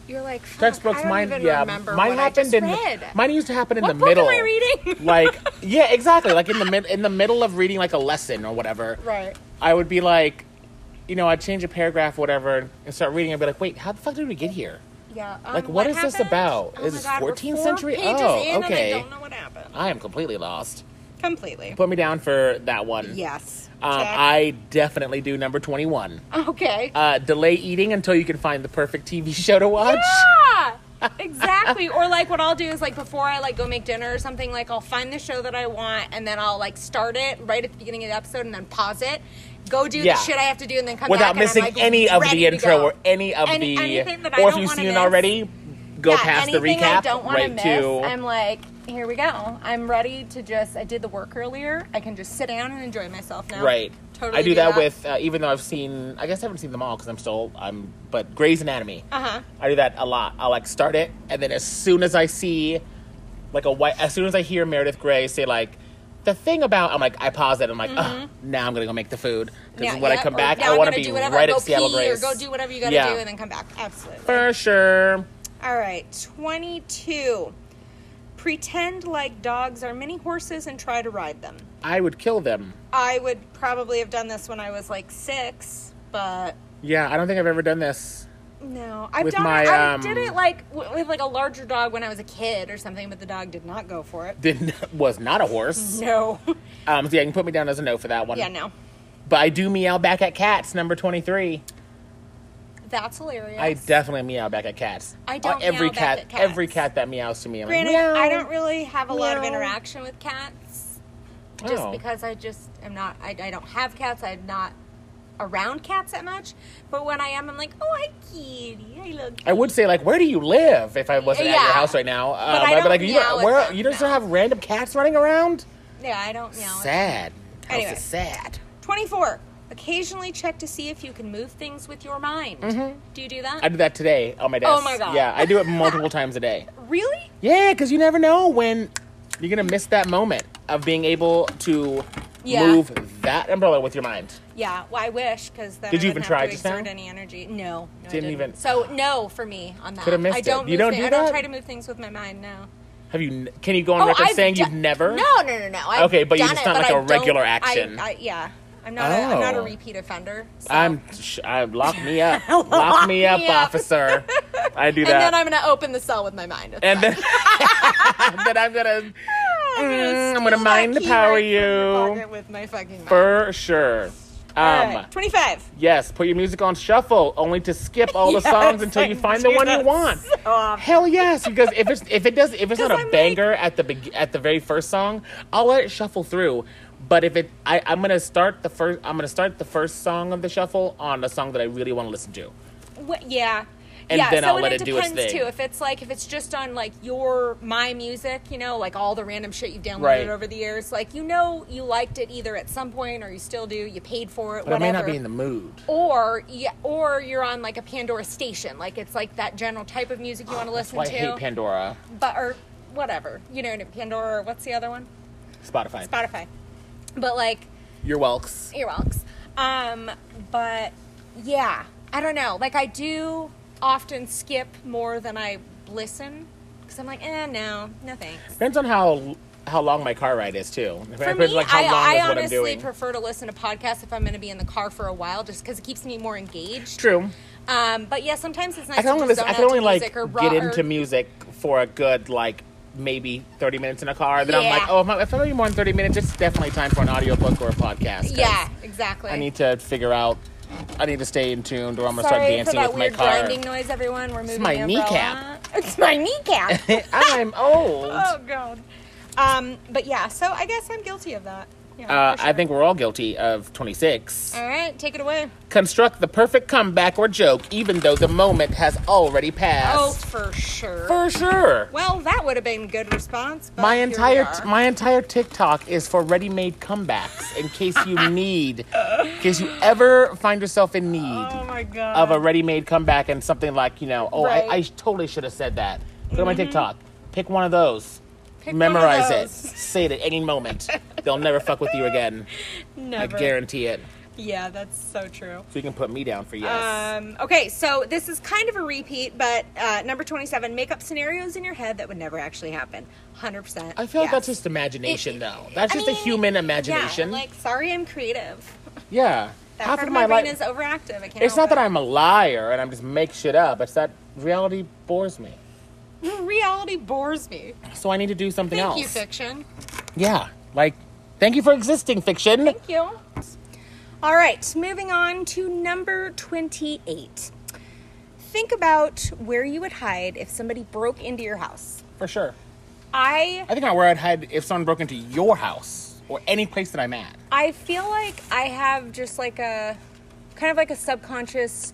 A: You're like fuck,
B: Textbooks,
A: I don't
B: mine,
A: even
B: yeah,
A: remember
B: mine
A: what I
B: happened
A: just
B: in.
A: read.
B: Mine used to happen in
A: What
B: the
A: book am
B: middle.
A: I reading? [laughs]
B: like, yeah, exactly. Like in the mid, in the middle of reading like a lesson or whatever.
A: Right.
B: I would be like, you know, I'd change a paragraph, or whatever, and start reading. I'd be like, wait, how the fuck did we get here?
A: Yeah. um,
B: Like, what is this
A: happened?
B: about?
A: Oh
B: Is
A: my
B: this
A: God, we're
B: 14th
A: four
B: century?
A: pages
B: Oh,
A: in, And I
B: okay.
A: don't know what happened.
B: I am completely lost.
C: Completely.
B: Put me down for that one.
C: Yes.
B: Um,
C: Check.
B: I definitely do number twenty-one.
A: Okay.
B: Uh, delay eating until you can find the perfect TV show to watch.
A: yeah. [laughs] exactly. Or like what I'll do is like before I like go make dinner or something, like I'll find the show that I want and then I'll like start it right at the beginning of the episode and then pause it, go do
B: Yeah.
A: the shit I have to do and then come
B: without
A: back
B: missing
A: and I'm, like,
B: any of
A: ready
B: the
A: to
B: intro
A: go.
B: or any of
A: Any-
B: the
A: anything that I
B: or if
A: don't
B: you've
A: wanna
B: seen it
A: miss.
B: already go
A: yeah,
B: past the
A: anything
B: recap
A: I don't wanna
B: right
A: miss,
B: to
A: I'm like, here we go. I'm ready to just. I did the work earlier. I can just sit down and enjoy myself now.
B: right
A: Totally.
B: i do, that, with uh, even though i've seen i guess i haven't seen them all because i'm still i'm but gray's anatomy
A: Uh huh.
B: i do that a lot i'll like start it and then as soon as i see like a white as soon as i hear meredith gray say like the thing about I'm like I pause it. I'm like, "Ugh, now I'm gonna go make the food because
A: Now-
B: when I
A: yep,
B: come
A: Mm-hmm. or
B: back,
A: now
B: I
A: I'm
B: want to
A: gonna
B: be
A: do whatever,
B: right
A: go
B: at Seattle
A: pee
B: Grace.
A: Or go do whatever you gotta
B: Yeah.
A: do and then come back.
C: Absolutely.
B: for sure.
A: All right, 22. Pretend like dogs are mini horses and try to ride them.
B: I would kill them.
A: I would probably have done this when I was like six, but
B: Yeah, I don't think I've ever done this.
A: no. I've
B: With
A: done
B: my,
A: it. I
B: um,
A: did it like w- with like a larger dog when I was a kid or something, but the dog did not go for it.
B: Did not [laughs] was not a
A: [laughs]
B: horse.
A: No.
B: Um, so yeah, you can put me down as a no for that one.
A: Mm-hmm. yeah, no.
B: But I do meow back at cats. Number twenty three.
A: That's hilarious.
B: I definitely meow back at cats.
A: I don't
B: Uh, every
A: meow back
B: cat,
A: at cats.
B: every cat that meows to me. I'm
A: Granted,
B: like, meow.
A: I don't really have a lot of
B: Meow.
A: interaction with cats, just
B: Oh.
A: because I just am not. I, I don't have cats. I'm not around cats that much. But when I am, I'm like, oh, hi, kitty. I love.
B: I would say like, where do you live? If I wasn't at your
A: Yeah.
B: house right now, um,
A: I
B: I'd be
A: don't
B: like, you, don't-
A: meow at
B: where,
A: them,
B: you just
A: no.
B: don't have random cats running around.
A: Yeah, I don't meow.
B: Sad. House
A: Anyway.
B: is sad.
A: Twenty-four. Occasionally check to see if you can move things with your mind. Do you do that?
B: Mm-hmm. I do that today on my desk.
A: Oh my God.
B: Yeah, I do
A: [laughs]
B: it multiple times a day.
A: really?
B: Yeah, because you never know when you're gonna miss that moment of being able to
A: Yeah.
B: move that umbrella with your mind.
A: Yeah. Well, I wish because then
B: Did
A: I
B: you
A: wouldn't
B: even
A: have
B: try
A: to
B: just now?
A: exert any energy. No, no I
B: Didn't even-
A: So no for me on that.
B: Coulda missed
A: I
B: it.
A: don't.
B: You
A: move
B: don't
A: thi-
B: do
A: I don't
B: that?
A: try to move things with my mind now.
B: Have you? n- Can you go on record saying
A: do-
B: you've never?
A: Oh, No, no, no, no. I've
B: Okay, but you-
A: done
B: it's
A: it,
B: not
A: but
B: like a
A: I don't-
B: regular
A: I-
B: action.
A: I, yeah, I'm not. A, I'm not a
B: Oh.
A: repeat offender. so-
B: I'm. Sh- I lock
A: [laughs]
B: me up. lock,
A: Lock
B: me
A: me
B: up,
A: up.
B: officer. I do
A: and
B: that.
A: then I'm gonna open the cell with my mind. It's "Ah,
B: and
A: fine. [laughs]
B: then, [laughs] then I'm gonna
A: I'm gonna,
B: Mm, I'm
A: steal
B: gonna
A: that
B: mind the
A: key
B: power
A: right from your
B: you.
A: pocket with my fucking mind.
B: for sure. Um,
A: Alright, 25.
B: Yes, put your music on shuffle, only to skip all the
A: [laughs] Yes, Oh,
B: songs until you
A: I
B: find the
A: do
B: one you
A: that [laughs]
B: want.
A: so often.
B: Hell yes, because if it's if it does if it's
A: [laughs]
B: not
A: 'Cause
B: a
A: I'm like-
B: banger at the beg- at the very first song, I'll let it shuffle through. But if it, I, I'm gonna start the first. I'm gonna start the first song of the shuffle on a song that I really want to listen to.
A: Wh- yeah.
B: And
A: yeah,
B: then
A: so
B: I'll
A: and
B: let
A: it
B: it do its
A: depends
B: thing.
A: too. If it's like if it's just on like your my music, you know, like all the random shit you've downloaded
B: Right.
A: over the years, like you know you liked it either at some point or you still do, you paid for it,
B: But
A: whatever.
B: I may not be in the mood.
A: or yeah, or you're on like a Pandora station, like it's like that general type of music you want to
B: [gasps] That's
A: listen
B: why I
A: to,
B: hate Pandora,
A: but or whatever you know, Pandora. Or what's the other one?
B: Spotify,
A: Spotify. But like
B: your Welks.
A: earwax. Um, but yeah, I don't know. Like I do often skip more than I listen because I'm like, eh, no, no thanks.
B: Depends on how how long my car ride is too. If
A: For
B: depends,
A: me,
B: like, how
A: I,
B: long is
A: I
B: what I'm
A: honestly
B: doing.
A: prefer to listen to podcasts if I'm going to be in the car for a while, just because it keeps me more engaged.
B: True.
A: Um, but yeah, sometimes it's nice.
B: I can
A: to
B: only
A: just zone
B: listen, I can
A: out to
B: only like
A: music or
B: get
A: ro- or-
B: into music for a good like maybe 30 minutes in a car then i'm
A: Yeah.
B: like oh if I'm- if i'm gonna be more than 30 minutes it's definitely time for an audiobook or a podcast 'cause
A: Yeah, exactly.
B: i need to figure out i need to stay in tuned or i'm gonna
A: Sorry
B: start dancing
A: for that
B: with
A: weird
B: my car [laughs]
A: grinding noise, everyone. We're moving
B: my
A: the
B: kneecap.
A: umbrella. It's my
B: [laughs]
A: kneecap.
B: i'm old
A: [laughs]
B: [laughs]
A: Oh god. Um, but yeah, so I guess I'm guilty of that. Yeah,
B: uh,
A: for
B: i
A: sure.
B: think we're all guilty of 26
A: All right, take it away.
B: construct the perfect comeback or joke even though the moment has already
A: Oh,
B: passed
A: for sure.
B: for sure
A: well, that would have been a good response. But
B: My
A: here we
B: entire
A: are.
B: my entire TikTok is for ready-made comebacks in case
A: [laughs]
B: you need, in case you ever find yourself in need
A: oh my god.
B: of a ready-made comeback and something like you know, oh,
A: Right. Mm-hmm.
B: I, I totally should have said that. Go to my TikTok, pick one of those,
A: Pick one of
B: memorize
A: those.
B: it, say it at any moment. They'll never fuck with you again. I
A: Never.
B: guarantee it.
A: yeah, that's so true.
B: So you can put me down for yes.
A: Um, okay, so this is kind of a repeat, but uh, number 27, make up scenarios in your head that would never actually happen. 100%.
B: I feel like that's
A: yes.
B: just imagination,
A: It-
B: though. That's
A: I
B: just a
A: mean,
B: human imagination.
A: Yeah, like, sorry I'm creative.
B: Yeah.
A: That part of my, brain is overactive. I can't
B: It's
A: help
B: not that
A: it.
B: I'm a liar and I'm just make shit up. It's that reality bores me.
A: Reality bores me.
B: So I need to do something
A: Thank
B: else.
A: you, fiction.
B: Yeah. Like, thank you for existing, fiction.
A: Thank you. All right, moving on to number 28. Think about where you would hide if somebody broke into your house.
B: for sure.
A: I
B: I think I where I'd hide if someone broke into your house or any place that I'm at.
A: I feel like I have just like a kind of like a subconscious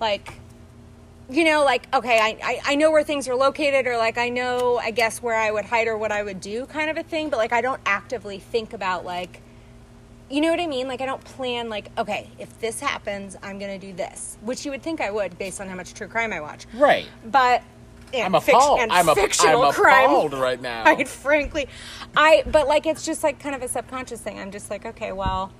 A: like you know like okay I, I i know where things are located or like i know i guess where i would hide or what i would do kind of a thing but like i don't actively think about like you know what i mean like i don't plan like okay if this happens i'm gonna do this which you would think i would based on how much true crime i watch
B: Right.
A: but and
B: I'm appalled.
A: fic- and
B: I'm, a,
A: fictional
B: I'm
A: crime.
B: appalled right
A: [laughs]
B: now.
A: I frankly, I but like it's just like kind of a subconscious thing. I'm just like, okay, well,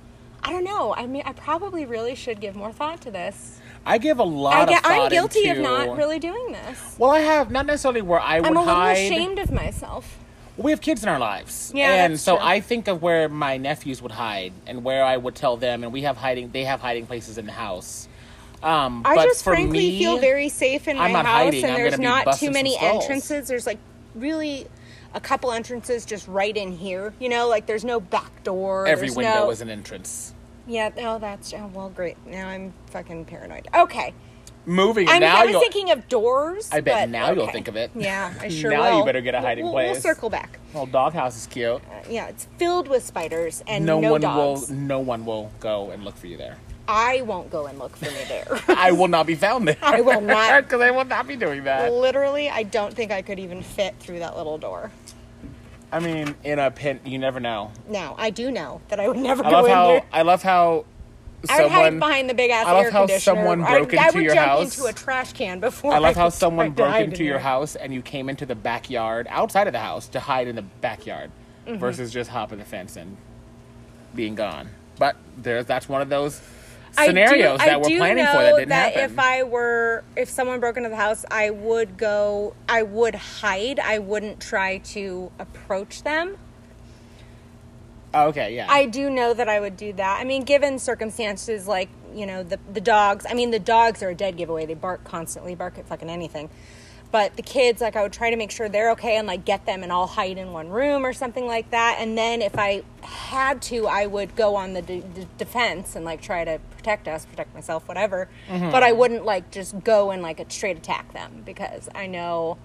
A: I don't know. I mean, I probably really should give more thought to this.
B: I give a lot
A: I
B: of
A: get, I'm
B: thought
A: guilty of
B: into-
A: not really doing this.
B: Well, I have not necessarily where I would
A: I'm a little
B: hide.
A: ashamed of myself.
B: We have kids in our lives,
A: Yeah,
B: and
A: that's
B: so
A: true.
B: I think of where my nephews would hide and where I would tell them, and we have hiding. They have hiding places in the house. Um,
A: I
B: but
A: just
B: for
A: frankly
B: me,
A: feel very safe in
B: I'm
A: my
B: not
A: house,
B: hiding.
A: and
B: I'm
A: there's
B: gonna be
A: not
B: busting
A: too
B: some
A: many
B: skulls.
A: entrances. There's like really a couple entrances just right in here. You know, like there's no back door.
B: every
A: there's
B: window
A: no,
B: is an entrance.
A: Yeah. Oh, that's oh, well, great. Now I'm fucking paranoid. Okay.
B: Moving
A: I mean,
B: now,
A: I was
B: you'll-
A: thinking of doors.
B: I bet
A: but
B: now you'll
A: okay.
B: think of it.
A: Yeah,
B: [laughs]
A: I sure
B: Now
A: will.
B: you better get a
A: We'll-
B: hiding
A: we'll,
B: place.
A: We'll circle back.
B: well, doghouse is cute.
A: Uh, yeah, it's filled with spiders and
B: no,
A: no,
B: one
A: dogs.
B: will. No one will go and look for you there.
A: I won't go and look for me there. [laughs]
B: I will not be found there. [laughs]
A: I will not.
B: because I will not be doing that.
A: Literally, I don't think I could even fit through that little door.
B: I mean, in a pin, you never know.
A: Now I do know that I would [laughs] never
B: I
A: go
B: love
A: in
B: how
A: there.
B: I love how
A: I would hide
B: someone
A: behind the big ass
B: I love
A: air
B: how
A: conditioner.
B: someone broke
A: I, I
B: into
A: would
B: your
A: jump
B: house.
A: into a trash can before.
B: I love
A: could
B: how someone
A: try to
B: broke
A: hide
B: into
A: in
B: your
A: there.
B: house and you came into the backyard outside of the house to hide in the backyard
A: Mm-hmm.
B: versus just hopping the fence and being gone. But there's that's one of those
A: I do-
B: scenarios
A: I
B: that we're
A: do
B: planning
A: know
B: for that didn't happen.
A: If I were, if someone broke into the house, I would go. I would hide. I wouldn't try to approach them.
B: okay, yeah.
A: I do know that I would do that. I mean, given circumstances like, you know, the, the dogs, I mean, the dogs are a dead giveaway. They bark constantly, bark at fucking anything. But the kids, like, I would try to make sure they're okay and, like, get them and I'll hide in one room or something like that. And then if I had to, I would go on the d- d- defense and, like, try to protect us, protect myself, whatever.
B: Mm-hmm.
A: But I wouldn't, like, just go and, like, straight attack them because I know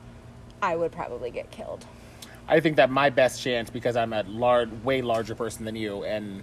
A: I would probably get killed.
B: I think that my best chance because I'm a large, way larger person than you, and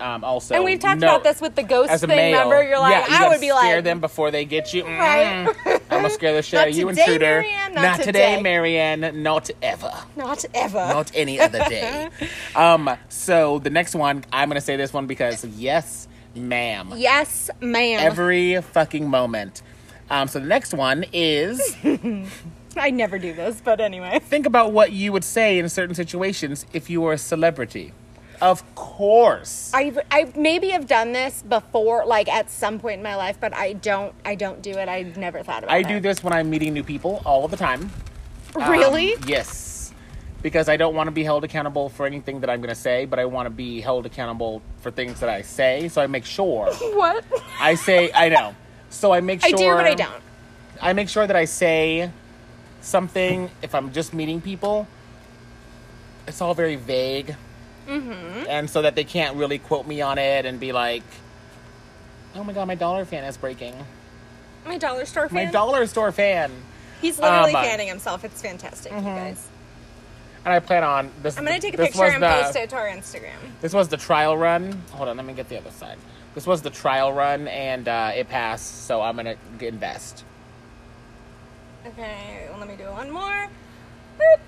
B: um, also
A: And we've talked
B: no-
A: about this with the ghost
B: as a
A: thing.
B: male,
A: remember, you're
B: yeah,
A: like,
B: you
A: I
B: gotta
A: would be
B: scare
A: like,
B: them before they get you.
A: Right.
B: Mm. I'm gonna scare the shit
A: Not
B: out of you,
A: today,
B: intruder.
A: Marianne, not
B: today,
A: today.
B: Marianne. Not ever.
A: [laughs] Not ever.
B: Not any other day. um. So the next one, I'm gonna say this one because yes, ma'am.
A: yes, ma'am.
B: Every fucking moment. Um. So the next one is.
A: [laughs] I never do this, but anyway.
B: think about what you would say in certain situations if you were a celebrity. Of course.
A: I I maybe have done this before, like at some point in my life, but I don't I don't do it. I never thought about
B: I
A: it.
B: do this when I'm meeting new people all the time. Um,
A: Really?
B: yes. Because I don't want to be held accountable for anything that I'm going to say, but I want to be held accountable for things that I say. So I
A: [laughs]
B: make sure.
A: what?
B: [laughs] I say, I know. So I make sure.
A: I do, but I don't.
B: I make sure that I say something if I'm just meeting people. It's all very vague. Mm-hmm. And so that they can't really quote me on it and be like, oh my god, my dollar fan is breaking.
A: My dollar store
B: My
A: fan.
B: dollar store fan.
A: He's literally
B: Um,
A: fanning himself. It's fantastic, you guys.
B: And I plan on this.
A: I'm gonna take a
B: Mm-hmm. this
A: picture
B: was
A: and
B: the-
A: post it to our Instagram.
B: This was the trial run. Hold on, let me get the other side. This was the trial run and uh, it passed, so I'm gonna invest.
A: Okay, well, let me do one more. Boop.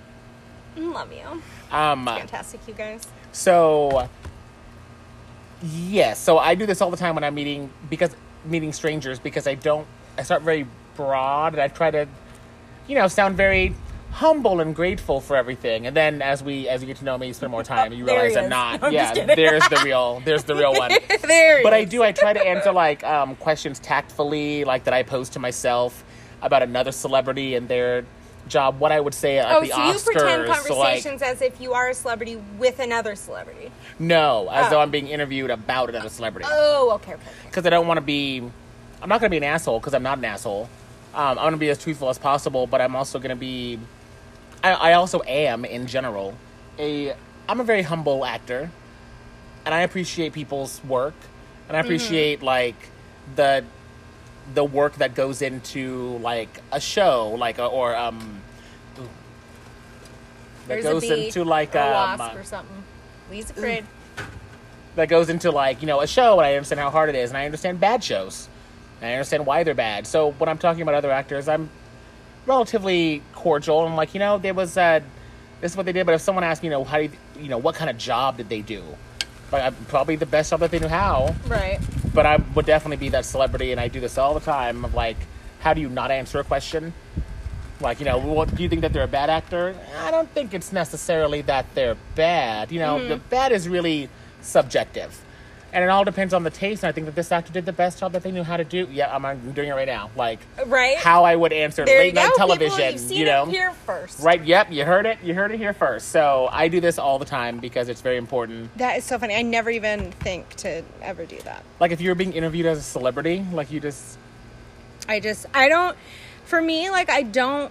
A: Love you.
B: Um,
A: Fantastic, you guys. [laughs]
B: So, yes. so I do this all the time when I'm meeting because meeting strangers because I don't. I start very broad and I try to, you know, sound very humble and grateful for everything. And then as we as you get to know me, spend more time,
A: [laughs]
B: you
A: there
B: realize
A: he
B: I'm
A: is.
B: not.
A: No, I'm
B: yeah,
A: just kidding.
B: there's the real. There's the
A: [laughs]
B: real one.
A: there.
B: But I do. I try to answer like um, questions tactfully, like that I pose to myself about another celebrity and their job, what I would say at
A: Oh,
B: the
A: so
B: Oscars.
A: you pretend
B: so, like,
A: conversations as if you are a celebrity with another celebrity.
B: No, as
A: Oh.
B: though I'm being interviewed about another celebrity.
A: Oh, okay, okay. okay.
B: Because I don't want to be, I'm not going to be an asshole because I'm not an asshole. Um, I'm going to be as truthful as possible, but I'm also going to be, I, I also am in general, a, I'm a very humble actor and I appreciate people's work and
A: Mm-hmm.
B: I appreciate like the, the work that goes into like a show, like, a, or, um, ooh, that
A: There's
B: goes
A: a bee,
B: into like
A: or a
B: um,
A: wasp or something. Lee's afraid.
B: that goes into like you know a show and i understand how hard it is and i understand bad shows and i understand why they're bad so when i'm talking about other actors i'm relatively cordial and like you know there was uh this is what they did but if someone asked me you know how do you, you know what kind of job did they do like, I'm probably the best job that they knew how
A: Right.
B: but i would definitely be that celebrity and i do this all the time of like how do you not answer a question Like, you know, what, do you think that they're a bad actor? I don't think it's necessarily that they're bad. You know,
A: Mm-hmm.
B: the bad is really subjective. And it all depends on the taste. And I think that this actor did the best job that they knew how to do. Yeah, I'm, I'm doing it right now. Like,
A: Right?
B: how I would answer
A: there
B: late
A: you go.
B: night
A: People,
B: television.
A: you've seen
B: you know,
A: it here first.
B: right? Yep, you heard it. You heard it here first. So I do this all the time because it's very important.
C: That is so funny. I never even think to ever do that.
B: Like if you were being interviewed as a celebrity, like you just
A: I just I don't. For me, like I don't.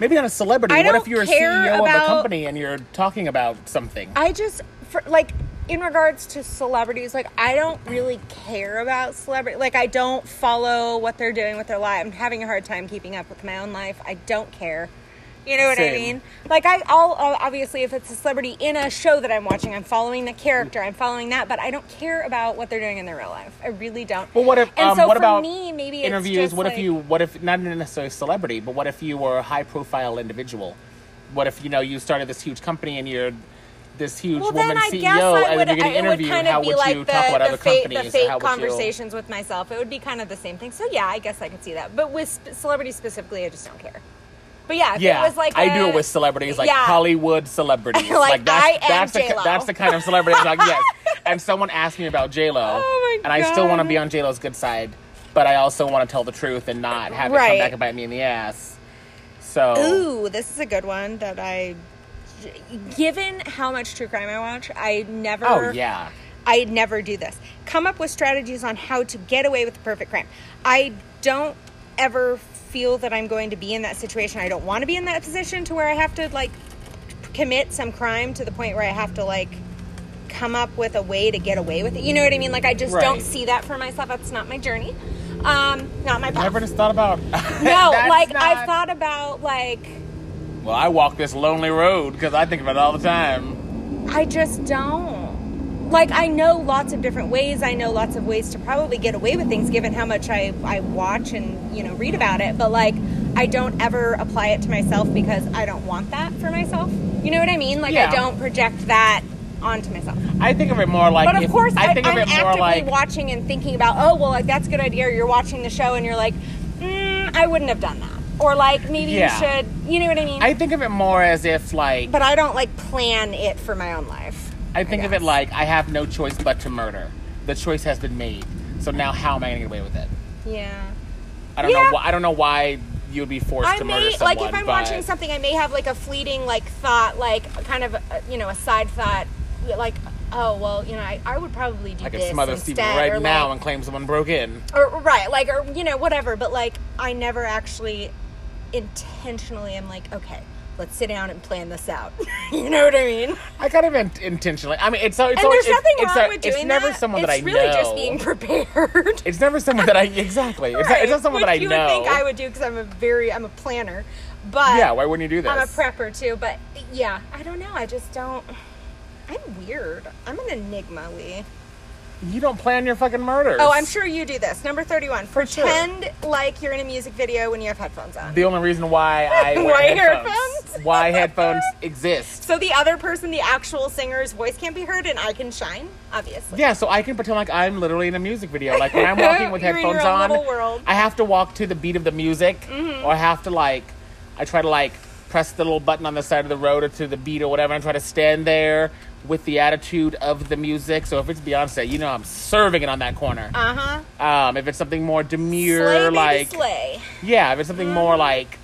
B: maybe not a celebrity.
A: I
B: what if
A: don't
B: you're a
A: care
B: CEO of a
A: about-
B: company and you're talking about something?
A: I just for like in regards to celebrities, like I don't really care about celebrity. Like I don't follow what they're doing with their life. I'm having a hard time keeping up with my own life. I don't care. You know what I
B: Same.
A: mean? Like I, I'll I'll- obviously if it's a celebrity in a show that I'm watching, I'm following the character. I'm following that, but I don't care about what they're doing in their real life. I really don't.
B: Well, what if?
A: And
B: um,
A: so
B: what
A: for
B: about
A: me, maybe it's
B: interviews?
A: just,
B: what
A: like-
B: if you? What if not necessarily a celebrity, but what if you were a high-profile individual? What if you know you started this huge company and you're this huge
A: Well,
B: woman
A: then I
B: CEO
A: guess I
B: and
A: would,
B: you're getting
A: I, it would
B: interviewed?
A: kind
B: how
A: of be
B: would
A: like
B: you
A: the,
B: talk about
A: the
B: other
A: fake,
B: companies?
A: the
B: or
A: fake
B: how would you-
A: conversations with myself. It would be kind of the same thing. So yeah, I guess I could see that. But with sp- celebrities specifically, I just don't care. But yeah, if
B: Yeah,
A: it was like
B: I do
A: a-
B: it with celebrities, like
A: yeah. [laughs]
B: Hollywood celebrities.
A: Like, I am
B: that's the,
A: J.Lo.
B: that's the kind of celebrity. I'm like, yes.
A: [laughs]
B: And someone asked me about J Lo,
A: Oh my
B: and I still want to
A: God.
B: be on J Lo's good side, but I also want to tell the truth and not have it
A: Right.
B: come back and bite me in the ass. So
C: Ooh, this is a good one that I.
A: Given how much true crime I watch, I never.
B: Oh yeah.
C: I never do this. Come up with strategies on how to get away with the perfect crime. I don't ever feel that I'm going to be in that situation. I don't want to be in that position to where I have to like commit some crime to the point where I have to like come up with a way to get away with it. You know what I mean? Like I just
B: Right.
C: don't
A: don't see that for myself. That's not my journey. Um, not my path.
B: Never just thought about. [laughs]
A: No,
B: That's
A: like
B: not-
A: I've thought about like
B: Well, I walk this lonely road because I think about it all the time.
A: I just don't. Like I know lots of different ways. I know lots of ways to probably get away with things given how much I, I watch and, you know, read about it, but like I don't ever apply it to myself because I don't want that for myself. You know what I mean? Like
B: Yeah.
A: I don't project that onto myself.
B: I think of it more like.
A: But of
B: if-
A: course, I,
B: I think
A: I'm
B: of it more
A: actively
B: like.
A: watching and thinking about, oh, well, like that's a good idea. Or you're watching the show and you're like, mm, I wouldn't have done that. Or like maybe
B: Yeah.
A: you should, you know what I mean?
B: I think of it more as if like.
A: but I don't like plan it for my own life.
B: I think of it
A: guess.
B: like I have no choice but to murder. The choice has been made. So now, how am I going to get away with it?
A: Yeah.
B: I don't
A: Yeah.
B: know. Why, I don't know why you would be forced
A: I
B: to
A: may
B: murder someone.
A: like if I'm
B: but
A: watching something, I may have like a fleeting like thought, like kind of uh, you know a side thought, like oh well, you know I, I would probably do
B: I could
A: this
B: smother
A: instead,
B: Steven right
A: or,
B: now
A: like,
B: and claim someone broke in.
A: or right like or you know whatever. But like I never actually intentionally am like okay, let's sit down and plan this out. [laughs] you know what I mean?
B: I kind of int- intentionally. I mean, it's so. It's
A: And
B: always,
A: there's nothing
B: it's,
A: wrong
B: it's, a-
A: with
B: it's
A: doing
B: never
A: that.
B: someone
A: it's
B: that I
A: really
B: know.
A: just being [laughs] prepared.
B: it's never
A: [laughs]
B: someone that I exactly. It's, not, it's not someone
A: Which
B: that I
A: you
B: know.
A: would think I would do because I'm a very I'm a planner, but
B: yeah, why wouldn't you do this?
A: I'm a prepper too, but yeah, I don't know. I just don't. I'm weird. I'm an enigma, Lee.
B: You don't plan your fucking murders.
A: Oh, I'm sure you do this. Number 31.
B: sure.
A: Pretend like you're in a music video when you have headphones on.
B: The only reason why I
A: [laughs]
B: wear
A: Why
B: headphones,
A: headphones?
B: why headphones exist.
A: so the other person, the actual singer's voice can't be heard and I can shine, obviously.
B: Yeah, so I can pretend like I'm literally in a music video. Like when
A: [laughs]
B: I'm walking with
A: You're in your
B: headphones
A: own
B: on,
A: little world. Mm-hmm.
B: I have to walk to the beat of the music, or I have to like, I try to like press the little button on the side of the road or to the beat or whatever, and try to stand there with the attitude of the music. So if it's Beyonce, you know I'm serving it on that corner.
A: Uh huh.
B: Um, if it's something more demure,
A: Slay, baby,
B: like
A: slay.
B: Yeah, if it's something more like,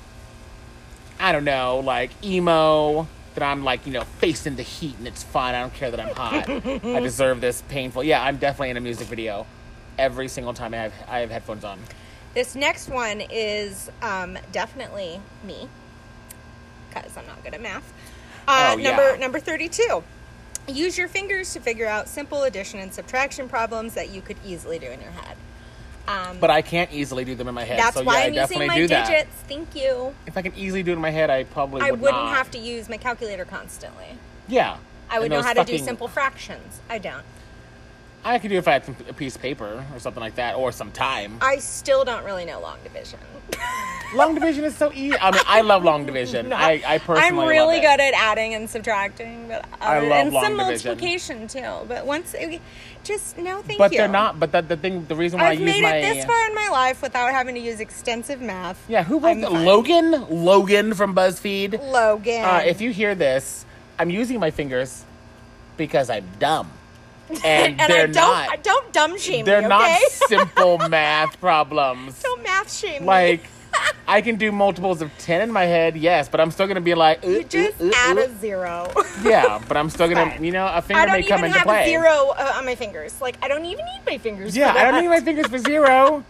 B: I don't know, like emo, that I'm like, you know, facing the heat and it's fine. I don't care that I'm
A: [laughs]
B: hot. I deserve this painful. Yeah, I'm definitely in a music video every single time I have, I have headphones on.
A: This next one is um, definitely me, because I'm not good at math. Uh,
B: Oh, yeah.
A: number number thirty-two. Use your fingers to figure out simple addition and subtraction problems that you could easily do in your head. Um,
B: But I can't easily do them in my head.
A: that's
B: so, yeah,
A: why
B: I
A: I'm using
B: definitely
A: my
B: do
A: digits.
B: that.
A: Thank you.
B: If I could easily do it in my head, I probably would
A: I wouldn't
B: not.
A: have to use my calculator constantly.
B: Yeah.
A: I would
B: And
A: know
B: those
A: how to do
B: fucking-
A: simple fractions. I don't.
B: I could do it if I had some, a piece of paper or something like that, or some time.
A: I still don't really know long division.
B: long division is so easy. I mean, I love
A: [laughs]
B: long division. I, I personally
A: I'm really
B: love it.
A: good at adding and subtracting, but
B: I
A: other-
B: love
A: and
B: long
A: some
B: division.
A: multiplication too. But once, it, just no, thank
B: But
A: you.
B: they're not. But the, the thing, the reason why I
A: I've
B: use
A: made
B: my
A: it this far in my life without having to use extensive math.
B: yeah, who was
A: I'm
B: it?
A: fine.
B: Logan? Logan from BuzzFeed.
A: Logan.
B: Uh, if you hear this, I'm using my fingers because I'm
A: [laughs]
B: dumb, and,
A: and
B: they're
A: I don't,
B: not.
A: I don't dumb shame
B: they're
A: me,
B: not
A: okay? [laughs]
B: simple math problems.
A: don't math shame me. [laughs]
B: Like, I can do multiples of ten in my head, yes, but I'm still gonna be like,
A: You just
B: uh,
A: add a
B: [laughs]
A: zero. [laughs]
B: yeah, but I'm still gonna,
A: fine.
B: you know, a finger
A: I
B: may
A: don't
B: come
A: even
B: into
A: have
B: play.
A: a zero uh, on my fingers. Like I don't even need my fingers.
B: Yeah,
A: for
B: I don't
A: that.
B: need my fingers for zero.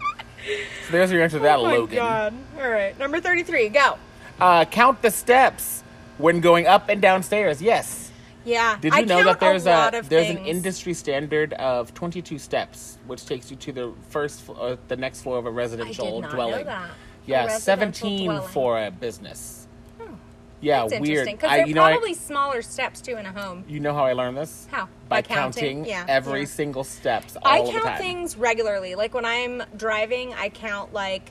B: So there's your answer to
A: [laughs]
B: that,
A: Oh my
B: Logan.
A: god! All right, number thirty-three. Go.
B: Uh, count the steps when going up and downstairs. Yes.
A: Yeah.
B: Did you
A: I
B: know
A: count
B: that there's
A: a,
B: a,
A: lot of
B: there's an
A: things.
B: industry standard of 22 steps, which takes you to the first fl- or the next floor of a residential
A: not know
B: dwelling.
A: that.
B: Yeah,
A: A residential
B: 17
A: dwelling. Hmm.
B: for a business. Yeah,
A: That's
B: weird.
A: interesting because
B: I-
A: they're
B: you know, I-
A: probably smaller steps too in a home.
B: you know how I learned this?
A: How?
B: By,
A: By
B: counting,
A: counting, yeah,
B: every
A: yeah.
B: single steps. All
A: I
B: the
A: count
B: time.
A: things regularly. Like when I'm driving, I count like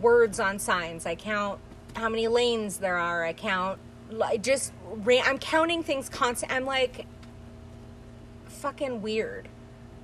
A: words on signs. I count how many lanes there are. I count like just ra- I'm counting things constant. I'm like fucking weird.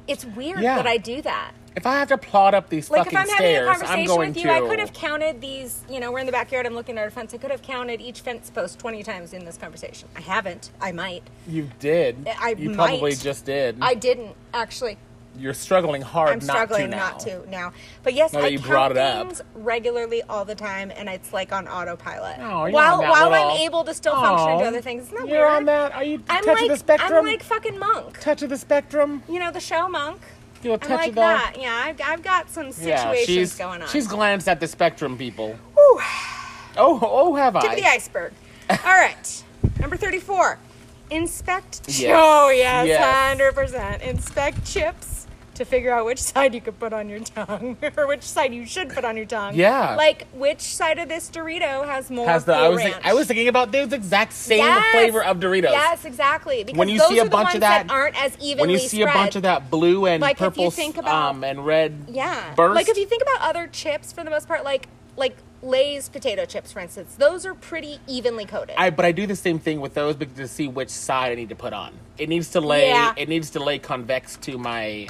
A: It's weird
B: Yeah.
A: that I do that.
B: If I have to plod up these
A: Like
B: fucking
A: if I'm
B: stairs,
A: having a
B: I'm
A: conversation
B: going
A: with you,
B: to.
A: I could have counted these. You know, we're in the backyard. I'm looking at our fence. I could have counted each fence post 20 times in this conversation. I haven't. I might.
B: You did.
A: I
B: you
A: might.
B: probably just did.
A: I didn't actually.
B: You're struggling hard
A: I'm
B: not to
A: struggling
B: now.
A: not to now. But yes,
B: Now that
A: I
B: you
A: count
B: brought it up.
A: things regularly all the time, and it's like on autopilot.
B: Oh, you're
A: while
B: on that
A: while
B: little-
A: I'm able to still function and do
B: Aw,
A: other things. Isn't that
B: You're
A: weird?
B: on that. Are you
A: I'm
B: touching
A: like
B: the spectrum?
A: I'm like fucking monk.
B: touch of the spectrum.
A: You know the show monk.
B: Do a
A: I'm
B: touch
A: like
B: of the.
A: that. Yeah, I've, I've got some situations
B: she's
A: going on.
B: She's glanced at the spectrum, people.
A: Whew.
B: Oh, oh, have
A: tip
B: I?
A: of the
B: [laughs]
A: iceberg. all right, number thirty-four. Inspect.
B: Yes.
A: Oh yes,
B: Yes.
A: hundred percent. Inspect chips to figure out which side you could put on your tongue, [laughs] or which side you should put on your tongue.
B: Yeah.
A: Like which side of this Dorito has more?
B: Has the
A: Cool
B: I was
A: ranch.
B: think- I was thinking about those exact same
A: Yes.
B: flavor of Doritos.
A: Yes, exactly. Because
B: When you
A: those
B: see a
A: are the
B: bunch
A: ones
B: of that-
A: aren't as evenly
B: When you see a
A: spread.
B: bunch of that blue and
A: Like, if you
B: purple
A: think about-
B: um, and red
A: Yeah.
B: burst,
A: Like if you think about other chips, for the most part, like like Lay's potato chips, for instance, those are pretty evenly coated.
B: I but I do the same thing with those because to see which side I need to put on. It needs to lay
A: Yeah.
B: it needs to lay convex to my